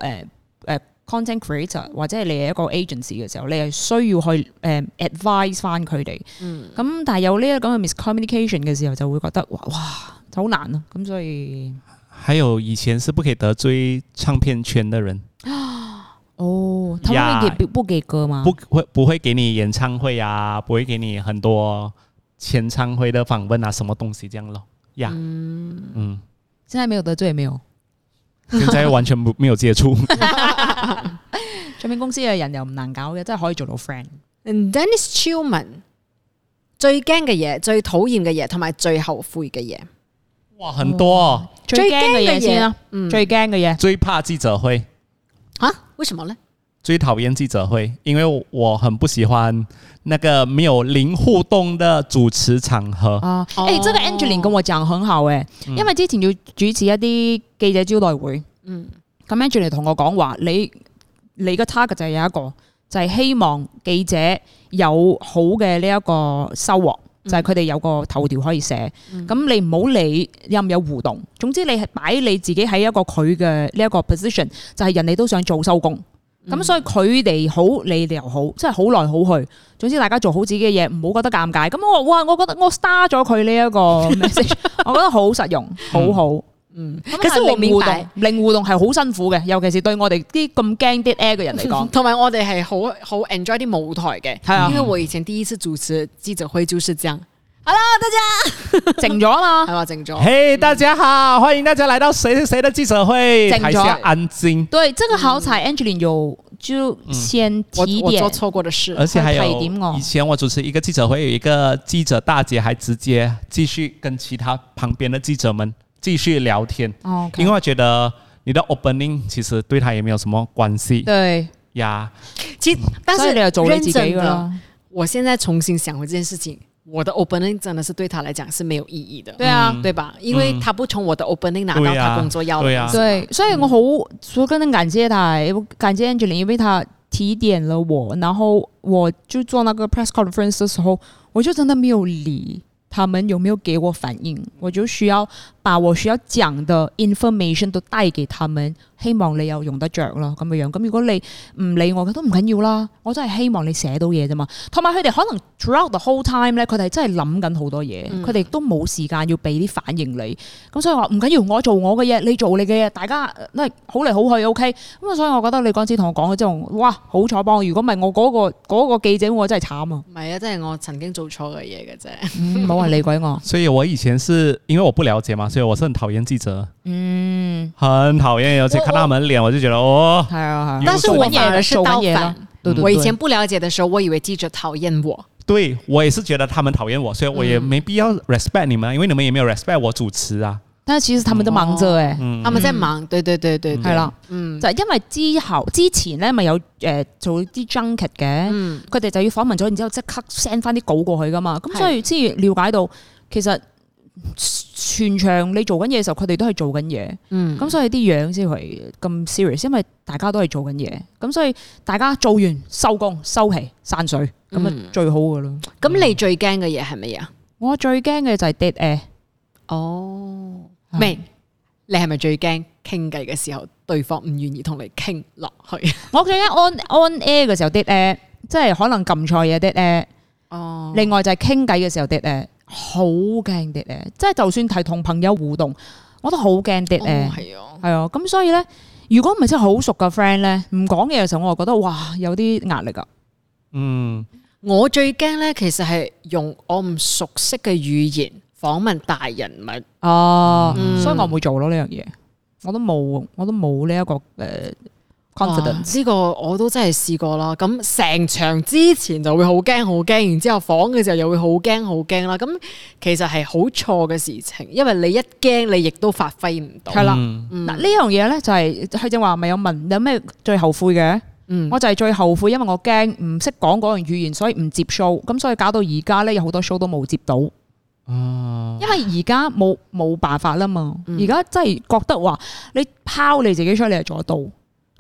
Speaker 2: 誒 content creator 或者係你係一個 agency 嘅時候，你係需要去誒 advise 翻佢哋。咁但係有呢一咁嘅 miscommunication 嘅時候，就會覺得哇哇好難啊！咁所以
Speaker 1: 还有以前是不可以得罪唱片圈的人，
Speaker 2: 哦，他
Speaker 1: 呀
Speaker 2: 們會給不給歌嗎？
Speaker 1: 不会不会给你演唱会啊，不会给你很多签唱会的访问啊，什么东西这样咯呀嗯
Speaker 2: 現在沒有得罪，沒有。
Speaker 1: 现在完全不没有接 触。
Speaker 2: 唱片公司嘅人又唔難搞嘅，真係可以做到 friend。
Speaker 3: And Dennis Chilman 最驚嘅嘢、最討厭嘅嘢，同埋最後悔嘅嘢。
Speaker 1: 哇，很多、哦，
Speaker 2: 最
Speaker 3: 驚
Speaker 2: 驚嘅嘢先啦，，
Speaker 3: 嗯
Speaker 2: 最驚嘅嘢。
Speaker 1: 最怕记者会，
Speaker 3: 啊，為什麼咧？
Speaker 1: 最讨厌记者会，因为我很不喜欢那个没有零互动的主持场合。
Speaker 2: 啊，
Speaker 3: 哦
Speaker 2: 誒，即係 Angeline 跟我講很好嘅，因為之前要主持一啲記者招待會，
Speaker 3: 嗯，
Speaker 2: 咁 Angeline 同我講話，你你嘅 target 就係有一個，就係希望記者有好嘅呢一個收穫，
Speaker 3: 嗯
Speaker 2: 就係佢哋有個頭條可以寫。咁你唔好理有唔有互動，總之你係擺你自己喺一個佢嘅呢一個 position，就係人哋都想做收工。
Speaker 3: 嗯
Speaker 2: 咁、所以佢哋好，你哋又好，即係好來好去。總之大家做好自己嘅嘢，唔好覺得尷尬。咁我哇，我覺得我 star 咗佢呢一個 message，我覺得好實用，好好。嗯，
Speaker 3: 可是我
Speaker 2: 零
Speaker 3: 明
Speaker 2: 互
Speaker 3: 白
Speaker 2: 動，零互動係好辛苦嘅，尤其是對我哋啲咁驚啲 air 嘅人嚟 講。
Speaker 3: 同埋我哋係好好 enjoy 啲舞台嘅，
Speaker 2: 係啊
Speaker 3: 因為我以前第一次主持記者會就是這樣，
Speaker 2: 靜咗啊
Speaker 3: 係
Speaker 2: 嘛，
Speaker 3: 嘛，靜咗。
Speaker 1: 嘿大家好，欢迎大家来到谁谁谁的记者会，
Speaker 2: 整
Speaker 1: 台
Speaker 2: 装
Speaker 1: 下安静，
Speaker 2: 對，這個好彩 Angeline 有就先
Speaker 3: 嗯我
Speaker 2: 提
Speaker 3: 我
Speaker 2: 點
Speaker 3: 做，錯過的事，
Speaker 1: 而且还
Speaker 2: 快一点哦
Speaker 1: 有以前我主持一个记者会，有一个记者大姐还直接继续跟其他旁边的记者们继续聊天，
Speaker 2: 哦
Speaker 1: 因为我觉得你的 opening 其实对他也没有什么关系
Speaker 2: 對，
Speaker 1: 呀。
Speaker 3: 其實但
Speaker 2: 所以
Speaker 3: 是
Speaker 2: 你又做你自己
Speaker 3: 認真
Speaker 2: 噶
Speaker 3: 的
Speaker 2: 啦。
Speaker 3: 我現在重新想回這件事情，我的 opening 真的是对他来讲是没有意义的，
Speaker 2: 对啊，
Speaker 3: 对吧？因为他不从我的 opening 拿到
Speaker 1: 对啊
Speaker 3: 他工作要的
Speaker 1: 对啊
Speaker 3: 东西
Speaker 2: 对，所以我好说真的感谢他，也不感谢 Angeline，因为他提点了我，然后我就做那个 press conference 的时候，我就真的没有理他们有没有给我反应，我就需要把我需要讲嘅 information 都帶給他們，希望你又用得着咯咁嘅樣。咁如果你唔理我嘅都唔緊要啦，我真係希望你寫到嘢啫嘛。同埋佢哋可能 throughout the whole time 咧，佢哋真係諗緊好多嘢，佢哋都冇時間要俾啲反應你。咁所以我話唔緊要，我做我嘅嘢，你做你嘅嘢，大家呃都係好嚟好去 OK。咁啊，所以我覺得你嗰陣時同我講咗之後，哇，好彩幫我。如果唔係我嗰、個嗰、個記者，我真係慘啊！
Speaker 3: 唔係啊，即係我曾經做錯嘅嘢嘅啫。
Speaker 2: 唔好話理鬼我。
Speaker 1: 所以我以前是因为我不了解嘛，所以我是很讨厌记者，嗯，很讨厌，尤其看到他们脸，我就觉得哦，
Speaker 2: 係
Speaker 1: 有
Speaker 2: 啊係啊，
Speaker 3: 嗯但是
Speaker 1: 做
Speaker 3: 我
Speaker 1: 完
Speaker 3: 反而是
Speaker 2: 做緊
Speaker 3: 倒
Speaker 2: 嘢啦
Speaker 3: 反。
Speaker 2: 對對
Speaker 3: 我以
Speaker 2: 對
Speaker 3: 前不了解的时候，我以为记者讨厌我。
Speaker 1: 对我也是觉得他们讨厌我，所以我也没必要 respect 你们，因为你们也没有 respect 我主持啊。
Speaker 2: 但係其實他們都忙着誒。
Speaker 3: 他们在忙，對對對對，對
Speaker 2: 係啦，
Speaker 3: 嗯
Speaker 2: 就係因為之後之前咧，咪有誒、呃做啲 junket 嘅，
Speaker 3: 嗯
Speaker 2: 佢哋、就要訪問咗，然之後即刻 send 翻啲稿過去噶嘛。咁
Speaker 3: 係
Speaker 2: 所以先了解到其實全場你做緊嘢嘅時候，佢哋都係做緊嘢。
Speaker 3: 嗯，
Speaker 2: 咁所以啲樣先係咁 serious，因為大家都係做緊嘢，咁所以大家做完收工收皮散水，咁啊
Speaker 3: 嗯
Speaker 2: 最好噶啦。
Speaker 3: 咁你最驚嘅嘢係乜嘢啊？
Speaker 2: 我最驚嘅就係 dead air，
Speaker 3: 哦，明，你係咪最驚傾偈嘅時候，對方唔願意同你傾落去？
Speaker 2: 我最驚 on on air 嘅時候 dead air，即係可能撳錯嘢 dead air。
Speaker 3: 哦
Speaker 2: 另外就係傾偈嘅時候跌誒，好驚跌誒，即係就算係同朋友互動，我都好驚跌誒，
Speaker 3: 係啊，
Speaker 2: 係啊，咁所以咧，如果唔係真係好熟嘅 friend 咧，唔講嘢嘅時候，我就覺得哇有啲壓力啊，
Speaker 1: 嗯，
Speaker 3: 我最驚咧，其實係用我唔熟悉嘅語言訪問大人物。
Speaker 2: 哦，
Speaker 3: 嗯
Speaker 2: 所以我唔會做咯呢樣嘢，我都冇，我都冇呢一個誒、呃
Speaker 3: 啊
Speaker 2: confidence，
Speaker 3: 哇呢個我都真係試過啦。咁成場之前就會好驚好驚，然之後房嘅時候又會好驚好驚啦。咁其實係好錯嘅事情，因為你一驚你亦都發揮唔到。
Speaker 2: 係啦。
Speaker 1: 嗯
Speaker 2: 嗱呢樣嘢咧就係佢正話咪有問有咩最後悔嘅？
Speaker 3: 嗯
Speaker 2: 我就係最後悔，因為我驚唔識講嗰樣語言，所以唔接 show，咁所以搞到而家咧有好多 show 都冇接到。
Speaker 3: 啊
Speaker 2: 因為而家冇冇辦法啦嘛，
Speaker 3: 嗯
Speaker 2: 而家、真係覺得話你拋你自己出嚟係做得到，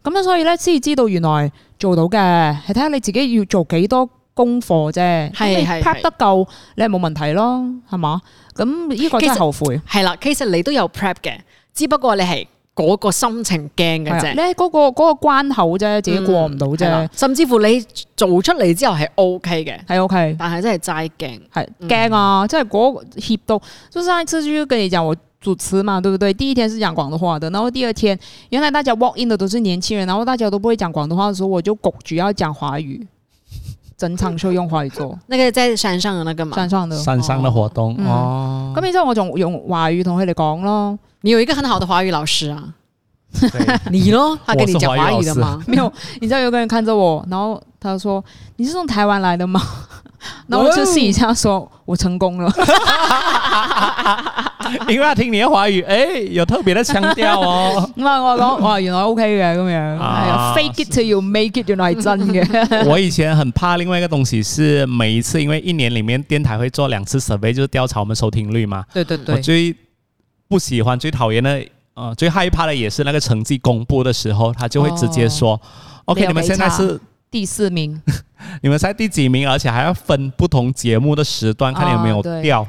Speaker 2: 咁樣所以咧先知道原來做到嘅，係睇下你自己要做幾多功課啫。咁
Speaker 3: 係
Speaker 2: 你
Speaker 3: 係
Speaker 2: prep
Speaker 3: 係
Speaker 2: 得夠，你係冇問題咯，係嘛？咁呢個真
Speaker 3: 其
Speaker 2: 係
Speaker 3: 實
Speaker 2: 後悔。
Speaker 3: 係啦，其實你都有 prep 嘅，只不過你係嗰個心情驚嘅
Speaker 2: 係啊
Speaker 3: 啫
Speaker 2: 你。喺嗰個嗰個關口啫，自己過唔到
Speaker 3: 係啦
Speaker 2: 啫，
Speaker 3: 甚至乎你做出嚟之後係 OK 嘅，
Speaker 2: 係 OK。
Speaker 3: 但係真係齋驚。
Speaker 2: 很干啊，在国协都，就上一次就是跟你讲我。主持嘛，对不对？第一天是讲广东话的，然后第二天，原来大家 walk in 的都是年轻人，然后大家都不会讲广东话的时候，我就拱住要讲华语，整场秀用华语 做，
Speaker 3: 那個在山上嘅那個嘛，
Speaker 2: 山上的。
Speaker 1: 山上的活动
Speaker 2: 嗯
Speaker 1: 哦，
Speaker 2: 咁然之後我仲用華語同佢哋講咯，
Speaker 3: 你有一個很好的華語老師啊，
Speaker 1: 对
Speaker 3: 你咯，他跟你
Speaker 1: 我是
Speaker 3: 講
Speaker 1: 華語
Speaker 3: 華
Speaker 1: 老
Speaker 3: 語
Speaker 1: 師
Speaker 3: 的嘛。
Speaker 2: 沒有，你知道有個人看着我，然後他說：“你是從台灣來的嗎？” 然後我就
Speaker 3: 哦
Speaker 2: 試一下說：“我成功了。。
Speaker 1: 因为他听你的华语，哎，有特别的腔调 哦
Speaker 2: 咁啊，我 講：“哇，原來 OK 嘅咁樣，係啊
Speaker 1: 啊
Speaker 2: ，fake it till you make it，原來係真嘅。”
Speaker 1: 我以前很怕另外一个东西是，每一次因为一年里面电台会做两次 survey，就是调查我们收听率嘛。
Speaker 2: 对对
Speaker 1: 我最不喜欢、最讨厌的，呃，最害怕的也是那个成绩公布的时候，他就会直接说、o k
Speaker 2: 没有
Speaker 1: 你们现在是
Speaker 2: 第四名，
Speaker 1: 你们在第几名，而且还要分不同节目的时段，看你有没
Speaker 2: 哦
Speaker 1: 有
Speaker 2: 对
Speaker 1: 掉。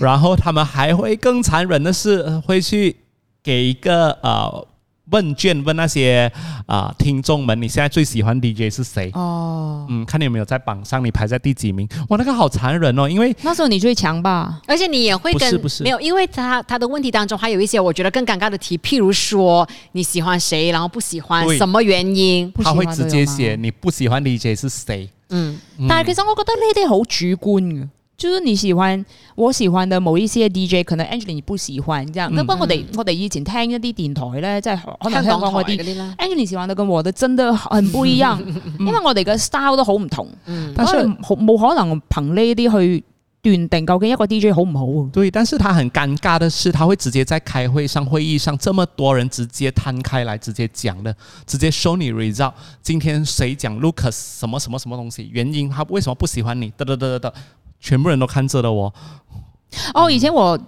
Speaker 1: 然后他们还会更残忍的是，呃会去给一个呃问卷，问那些啊、呃听众们，你现在最喜欢 DJ 是谁？
Speaker 2: 哦，
Speaker 1: 嗯，看你有没有在榜上，你排在第几名？哇，那个好残忍哦，因为
Speaker 2: 那时候你最强吧？
Speaker 3: 而且你也会跟
Speaker 1: 不是不是
Speaker 3: 没有，因为他他的问题当中还有一些我觉得更尴尬的题，譬如说你喜欢谁，然后不喜欢
Speaker 1: 对
Speaker 3: 什么原因，
Speaker 2: 不喜
Speaker 1: 他
Speaker 2: 欢
Speaker 1: 会直接
Speaker 2: 都有
Speaker 1: 写
Speaker 2: 吗
Speaker 1: 你不喜欢 DJ 是谁。
Speaker 3: 嗯，
Speaker 2: 但其实我觉得呢啲好主观嘅，就是你喜欢我喜欢的某一些 DJ，可能 Angeline 你不喜欢，这样。咁、不過我哋我哋以前聽一啲電台咧，即係可能香
Speaker 3: 香
Speaker 2: 港嗰
Speaker 3: 港台
Speaker 2: 啲
Speaker 3: 嗰啲啦，
Speaker 2: Angeline 喜歡的跟我的真的很不一 樣，因為我哋嘅 style 都好唔同，
Speaker 3: 嗯，
Speaker 1: 但
Speaker 2: 所以
Speaker 1: 是
Speaker 2: 冇冇可能憑呢啲去斷定究竟一個 DJ 好唔好啊。
Speaker 1: 对，但是他很尴尬的是，他会直接在开会上、会议上，这么多人直接摊开来，直接讲的，直接 show 你 result。今天谁讲 Lucas 什么什么什么东西，原因他为什么不喜欢你，得得得得得，全部人都看着的哦。
Speaker 2: 哦，以前我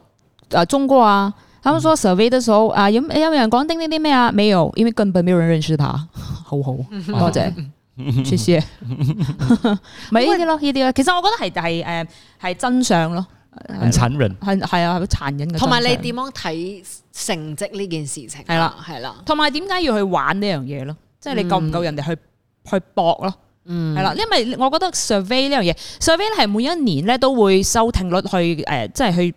Speaker 2: 呃中过啊，他
Speaker 3: 嗯
Speaker 2: 们说 survey 的时候啊，有有没有人讲钉钉钉咩啊？没有，因为根本没有人认识 他。好好， 多謝，謝謝。咪呢啲咯，呢啲咯。其實我覺得係係誒係真相咯，
Speaker 1: 很残
Speaker 3: 呃
Speaker 1: 忍。
Speaker 2: 係係啊，係好殘忍嘅真相。
Speaker 3: 同埋你點樣睇成績呢件事情？啊
Speaker 2: 係啦，
Speaker 3: 係啦，
Speaker 2: 同埋點解要去玩呢樣嘢咯？即係你夠唔夠人哋去、去搏咯？嗯，係啦，因為我覺得 survey 呢樣嘢，survey 係每一年咧都會收聽率去誒、呃即係去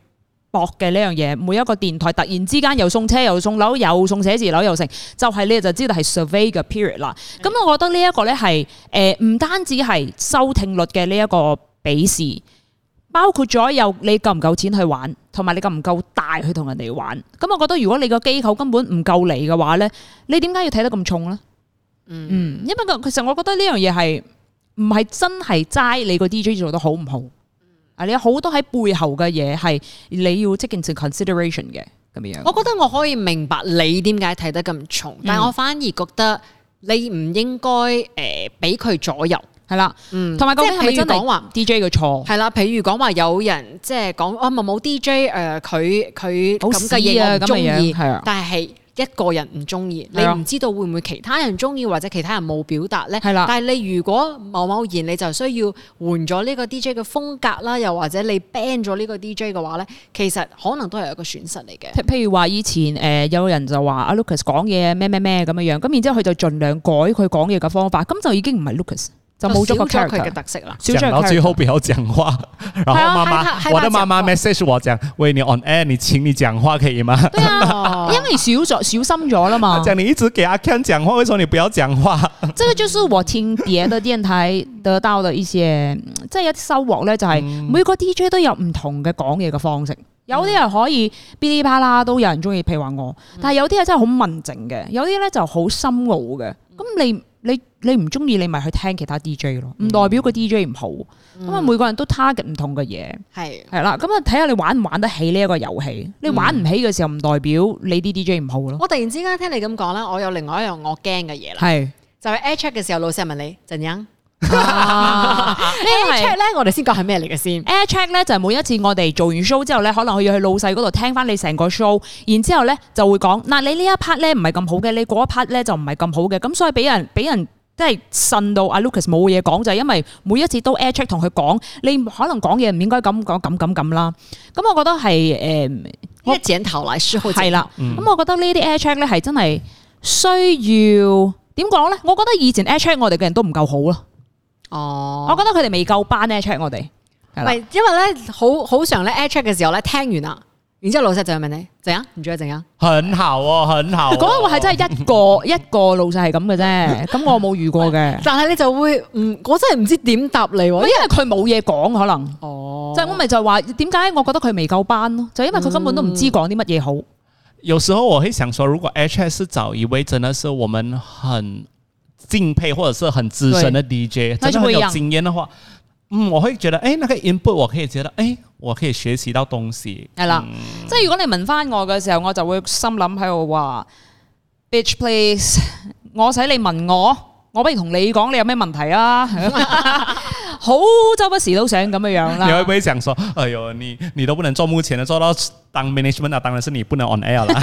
Speaker 2: 搏嘅呢樣嘢。每一個電台突然之間又送車又送樓又送寫字樓又成，就係、你就知道係 survey 嘅 period 啦。咁我覺得呢一個咧係誒唔單止係收聽率嘅呢一個比試。包括咗有你夠唔夠錢去玩，同埋你夠唔夠大去同人哋玩。咁我覺得如果你個機構根本唔夠你嘅話咧，你點解要睇得咁重咧？嗯，因為個其實我覺得呢樣嘢係唔係真係齋你個 DJ 做得好唔好啊？你有好多喺背後嘅嘢係你要 take into consideration 嘅咁樣。
Speaker 3: 我覺得我可以明白你點解睇得咁重，
Speaker 2: 嗯
Speaker 3: 但我反而覺得你唔應該誒俾佢左右。
Speaker 2: 係啦，
Speaker 3: 嗯
Speaker 2: 同埋究
Speaker 3: 即
Speaker 2: 竟啊係咪
Speaker 3: 係譬如
Speaker 2: 真
Speaker 3: 講話
Speaker 2: 係 DJ 嘅錯？
Speaker 3: 係啦，譬如講話有人即係講啊冇冇 DJ 誒，佢佢
Speaker 2: 好
Speaker 3: 咁嘅
Speaker 2: 屎
Speaker 3: 嘢
Speaker 2: 啊
Speaker 3: 我
Speaker 2: 咁
Speaker 3: 唔
Speaker 2: 嘅
Speaker 3: 中意
Speaker 2: 嘢係啊，
Speaker 3: 但係一個人唔中意，你
Speaker 2: 係啊
Speaker 3: 唔知道會唔會其他人中意或者其他人冇表達咧？
Speaker 2: 係啦
Speaker 3: 但係你如果某某然你就需要換咗呢個 DJ 嘅風格啦，又或者你 ban 咗呢個 DJ 嘅話咧，其實可能都係一個損失嚟嘅。
Speaker 2: 譬譬如話以前誒、呃有人就話阿 Lucas 講嘢咩咩咩咁樣樣，咁然之後佢就盡量改佢講嘢嘅方法，咁就已經唔係 Lucas，就冇咗個
Speaker 3: 少佢
Speaker 2: character
Speaker 3: 嘅。特色啦。
Speaker 2: 少咗
Speaker 1: 讲到
Speaker 2: 個
Speaker 1: 最后
Speaker 2: character。
Speaker 1: 不要讲话，然
Speaker 3: 还要
Speaker 1: 后妈
Speaker 3: 害怕
Speaker 1: 妈，
Speaker 3: 害怕
Speaker 1: 我的妈妈
Speaker 3: 讲话
Speaker 1: message 我讲，喂，你 on air，你请你讲话可以吗？
Speaker 2: 對啊，
Speaker 3: 哦
Speaker 2: 因為少咗小心咗啦 嘛。
Speaker 1: 讲你一直给阿 Ken 讲话，为什么你不要讲话？
Speaker 2: 即係就是我聽別的電台得到的一些，嗯即係一啲收穫咧，就係每個 DJ 都有唔同嘅講嘢嘅方式。有啲人可以噼里啪啦，都有人中意，譬如話我。但係有啲係真係好文靜嘅，有啲咧就好深奧嘅。咁你你你唔中意，你咪去聽其他 DJ 咯，唔代表個 DJ 唔好。咁啊，每個人都 target 唔同嘅嘢，
Speaker 3: 係
Speaker 2: 係啦。咁啊，睇下你玩唔玩得起呢一個遊戲。你玩唔起嘅時候，唔代表你啲 DJ 唔好咯。
Speaker 3: 我突然之間聽你咁講啦，我有另外一樣我驚嘅嘢啦，
Speaker 2: 係。
Speaker 3: 就係 air check 嘅時候，老師係問你陣樣
Speaker 2: 啊
Speaker 3: air check 咧，我哋先講係咩嚟嘅先。
Speaker 2: Air check 咧就係每一次我哋做完 show 之後咧，可能我要去老細嗰度聽翻你成個 show，然之後咧就會講嗱，你呢一 part 咧唔係咁好嘅，你嗰一 part 咧就唔係咁好嘅，咁所以俾人俾人。即係信到阿 Lucas 冇嘢講，就係、因為每一次都 air check 同佢講，你可能講嘢唔應該咁講咁咁咁啦。咁我覺得係誒
Speaker 3: 一剪頭嚟，書好嗯
Speaker 2: 係啦，
Speaker 1: 嗯
Speaker 2: 咁、我覺得呢啲 air check 咧係真係需要點講咧？我覺得以前 air check 我哋嘅人都唔夠好咯，
Speaker 3: 哦
Speaker 2: 我覺得佢哋未夠班 air check 我哋。係
Speaker 3: 唔
Speaker 2: 啦
Speaker 3: 係，因為咧好好常咧 air check 嘅時候咧，聽完啦，然之後老細就會問你怎樣，唔知啊怎樣。
Speaker 1: 很好哦，很好、哦。
Speaker 2: 嗰個係真係一 個一個老細係咁嘅啫，咁我冇遇過嘅，
Speaker 3: 但係你就會唔，我真係唔知點答你
Speaker 2: 因
Speaker 3: 喎。
Speaker 2: 為佢冇嘢講可能，
Speaker 3: 哦
Speaker 2: 就係我咪就係話點解我覺得佢未夠班咯，就因為佢根本都唔知講啲乜嘢好，
Speaker 1: 嗯有时候我会想说，如果 H S 是找一位真的是我们很敬佩或者是很资深的 DJ，
Speaker 2: 那
Speaker 1: 真的
Speaker 2: 就不
Speaker 1: 很
Speaker 2: 一
Speaker 1: 有
Speaker 2: 样
Speaker 1: 经验的话，嗯，我会觉得，哎，那个 input 我可以觉得，哎，我可以学习到东西。
Speaker 2: 係啦，即係如果你問翻我嘅時候，我就會心諗喺度話，bitch please，我使你問我，我不如同你講，你有咩問 題啊？ 好周不時都想咁嘅樣
Speaker 1: 你会
Speaker 2: 啦
Speaker 1: 不。会想说，哎呦，你你都不能做幕前的，做到当 management 啊，当然是你不能 on air 啦。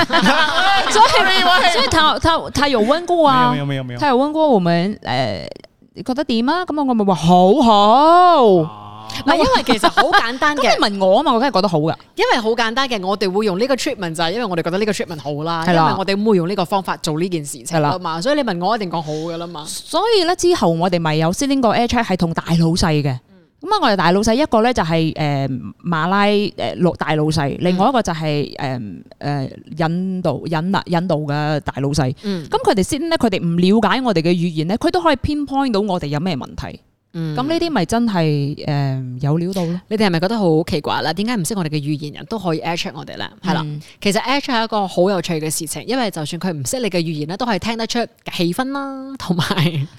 Speaker 2: 所 以所以他他他有温過啊
Speaker 1: 没。有没有没有没有
Speaker 2: 他。有温哥會唔會誒？你覺得點啊？咁我咪話好好。
Speaker 1: 啊
Speaker 3: 唔係因為其實好簡單
Speaker 2: 咁
Speaker 3: 嘅
Speaker 2: 你，問我啊嘛，我梗係覺得好噶。
Speaker 3: 因為好簡單嘅，我哋會用呢個 treatment 就係因為我哋覺得呢個 treatment 好啦，
Speaker 2: 係
Speaker 3: 因為
Speaker 2: 啦
Speaker 3: 我哋會用呢個方法做呢件事情啦嘛，所以你問我一定講好噶啦嘛。
Speaker 2: 所以咧之後我哋咪有 sitting 個 air check 係同大老細嘅。咁啊，我哋大老細一個咧就係誒馬拉誒老大老細，另外一個就係誒嗯誒印度印啊印度嘅大老細。
Speaker 3: 嗯
Speaker 2: 咁佢哋 sitting 咧，佢哋唔了解我哋嘅語言咧，佢都可以 pinpoint 到我哋有咩問題。
Speaker 3: 嗯
Speaker 2: 咁呢啲咪真係誒有料到咯。
Speaker 3: 你哋係咪覺得好奇怪啦？點解唔識我哋嘅語言人都可以 air check 我哋咧？係啦，其實 air check 係一個好有趣嘅事情，因為就算佢唔識你嘅語言咧，都可以聽得出氣氛啦，同埋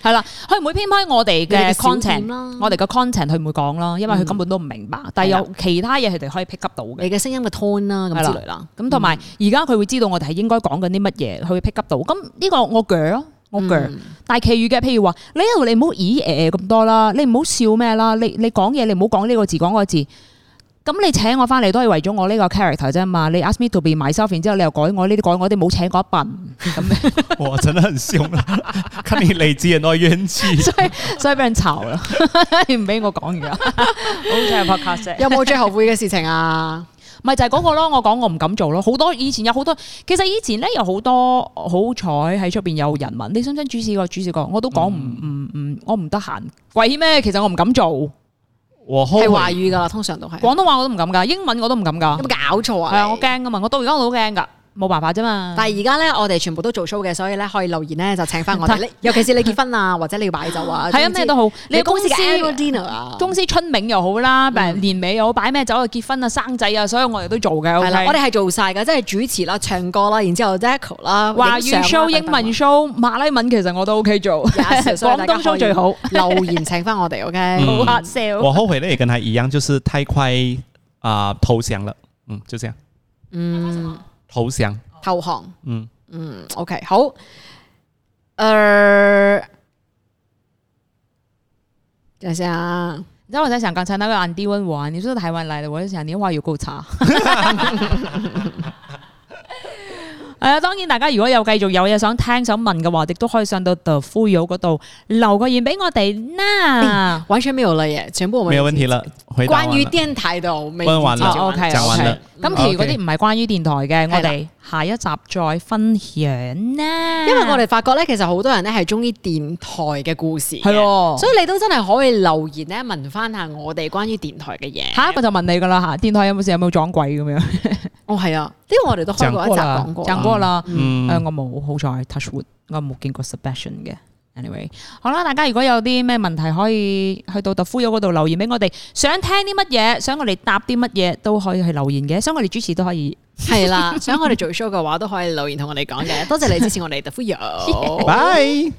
Speaker 2: 係啦，佢唔會偏開我哋
Speaker 3: 你
Speaker 2: 嘅
Speaker 3: 哋嘅小點
Speaker 2: content
Speaker 3: 啦嗯
Speaker 2: 我哋嘅 content 佢唔會講啦，因為佢根本都唔明白。但係有其他嘢佢哋可以 pick up 到嘅。
Speaker 3: 你嘅嗯聲音嘅 tone 啦咁
Speaker 2: 係啦
Speaker 3: 之類啦。
Speaker 2: 咁同埋而家佢會知道我哋係應該講緊啲乜嘢，佢會 pick up 到。咁呢個我鋸咯，我鋸。
Speaker 3: 嗯
Speaker 2: 但係其餘嘅，譬如話你一路你唔好咦誒咁多啦，你唔好笑咩啦，你你講嘢你唔好講呢個字講嗰個字。咁你請我翻嚟都係為咗我呢個 character 啫嘛，你 ask me to be myself，然之後你又改我呢啲改我啲，冇請過一笨咁，
Speaker 1: 我真的很凶啦， 看你累积很多冤气。
Speaker 2: 所以 所以俾人炒啦，唔俾我講啊而家，好似係 podcast 啫
Speaker 3: 有冇最後悔嘅事情啊？
Speaker 2: 咪就係嗰個咯，我講我唔敢做咯。好多以前有好多，其實以前咧有好多好彩喺出邊有人問你想唔想主事個主事個，我都講唔
Speaker 3: 嗯
Speaker 2: 唔唔，我唔得閒。鬼咩？其實我唔敢做，
Speaker 1: 我后
Speaker 3: 係華
Speaker 1: 悔，
Speaker 3: 語噶啦，通常都係。
Speaker 2: 廣東話我都唔敢噶，英文我都唔敢噶
Speaker 3: 有。冇搞錯啊？
Speaker 2: 係啊，
Speaker 3: 你
Speaker 2: 我驚噶嘛，我到而家我都驚噶，冇辦法啫嘛。
Speaker 3: 但係而家咧，我哋全部都做 show 嘅，所以咧可以留言咧就請翻我哋。 你尤其是你結婚啊， 或者你要擺酒啊，
Speaker 2: 係啊，咩都好，
Speaker 3: 你
Speaker 2: 你
Speaker 3: 公
Speaker 2: 公
Speaker 3: 司
Speaker 2: 司
Speaker 3: 嘅嗯 annual dinner 啊，
Speaker 2: 公司春茗又好啦，年尾又好，擺咩酒啊、結婚啊、生仔啊，所有我哋都做嘅。
Speaker 3: 係啦，
Speaker 2: OK
Speaker 3: 我哋係做晒㗎，即係主持啦、唱歌啦，然之後 deco 啦、
Speaker 2: 華語
Speaker 3: 影相啦
Speaker 2: show、英
Speaker 3: 等等啊
Speaker 2: 文 show、馬拉文其實我都 OK 做，
Speaker 3: Yes，所以大
Speaker 2: 廣
Speaker 3: 家
Speaker 2: 東 show 最好，
Speaker 3: 留言請翻我哋，OK？
Speaker 1: 嗯
Speaker 2: 好 s a
Speaker 1: 我后悔的也跟他一样，就是太快啊、投降了。嗯，就这样
Speaker 3: 嗯，
Speaker 1: 投降。
Speaker 3: 投降，
Speaker 1: 嗯，
Speaker 3: 嗯，OK，好，呃，等一下啊，
Speaker 2: 你知道我在想刚才那个安迪问我啊，你是台湾来的，我就想你话有够差。 係啊，當然大家如果有繼續有嘢想聽、想問嘅話，亦都可以上到 The f u y o 嗰度留個言俾我哋啦。
Speaker 3: 完全沒有了耶，全部我們
Speaker 1: 没有问题了，回答
Speaker 3: 關
Speaker 1: 完
Speaker 3: 於
Speaker 1: 了。
Speaker 3: 電台的，我們
Speaker 1: 問完了
Speaker 2: 哦，OK，
Speaker 1: 講完了。
Speaker 2: 咁其餘嗰啲唔係關於電台嘅，我
Speaker 3: 係啦
Speaker 2: 哋下一集再分享啦。
Speaker 3: 因為我哋發覺咧，其實好多人咧係中意電台嘅故事嘅，
Speaker 2: 係喎
Speaker 3: 所以你都真係可以留言咧問翻下我哋關於電台嘅嘢。
Speaker 2: 下一個就問你噶啦嚇，電台有冇事有冇撞鬼咁樣？
Speaker 3: 哦，係啊，呢個我哋都開過一集
Speaker 2: 啦
Speaker 3: 講，過，
Speaker 2: 講過啦。
Speaker 1: 嗯
Speaker 3: 呃
Speaker 2: 誒、，我冇好彩 touch wood，我冇見過 Sebastian 嘅。anyway，好啦，大家如果有啲咩問題，可以去到特夫友嗰度留言俾我哋，想聽啲乜嘢，想我哋答啲乜嘢都可以去留言嘅，想我哋主持都可以。
Speaker 3: 係啦。想我哋做 show 嘅話，都可以留言同我哋講嘅。多謝你支持我哋 The f u
Speaker 1: 拜。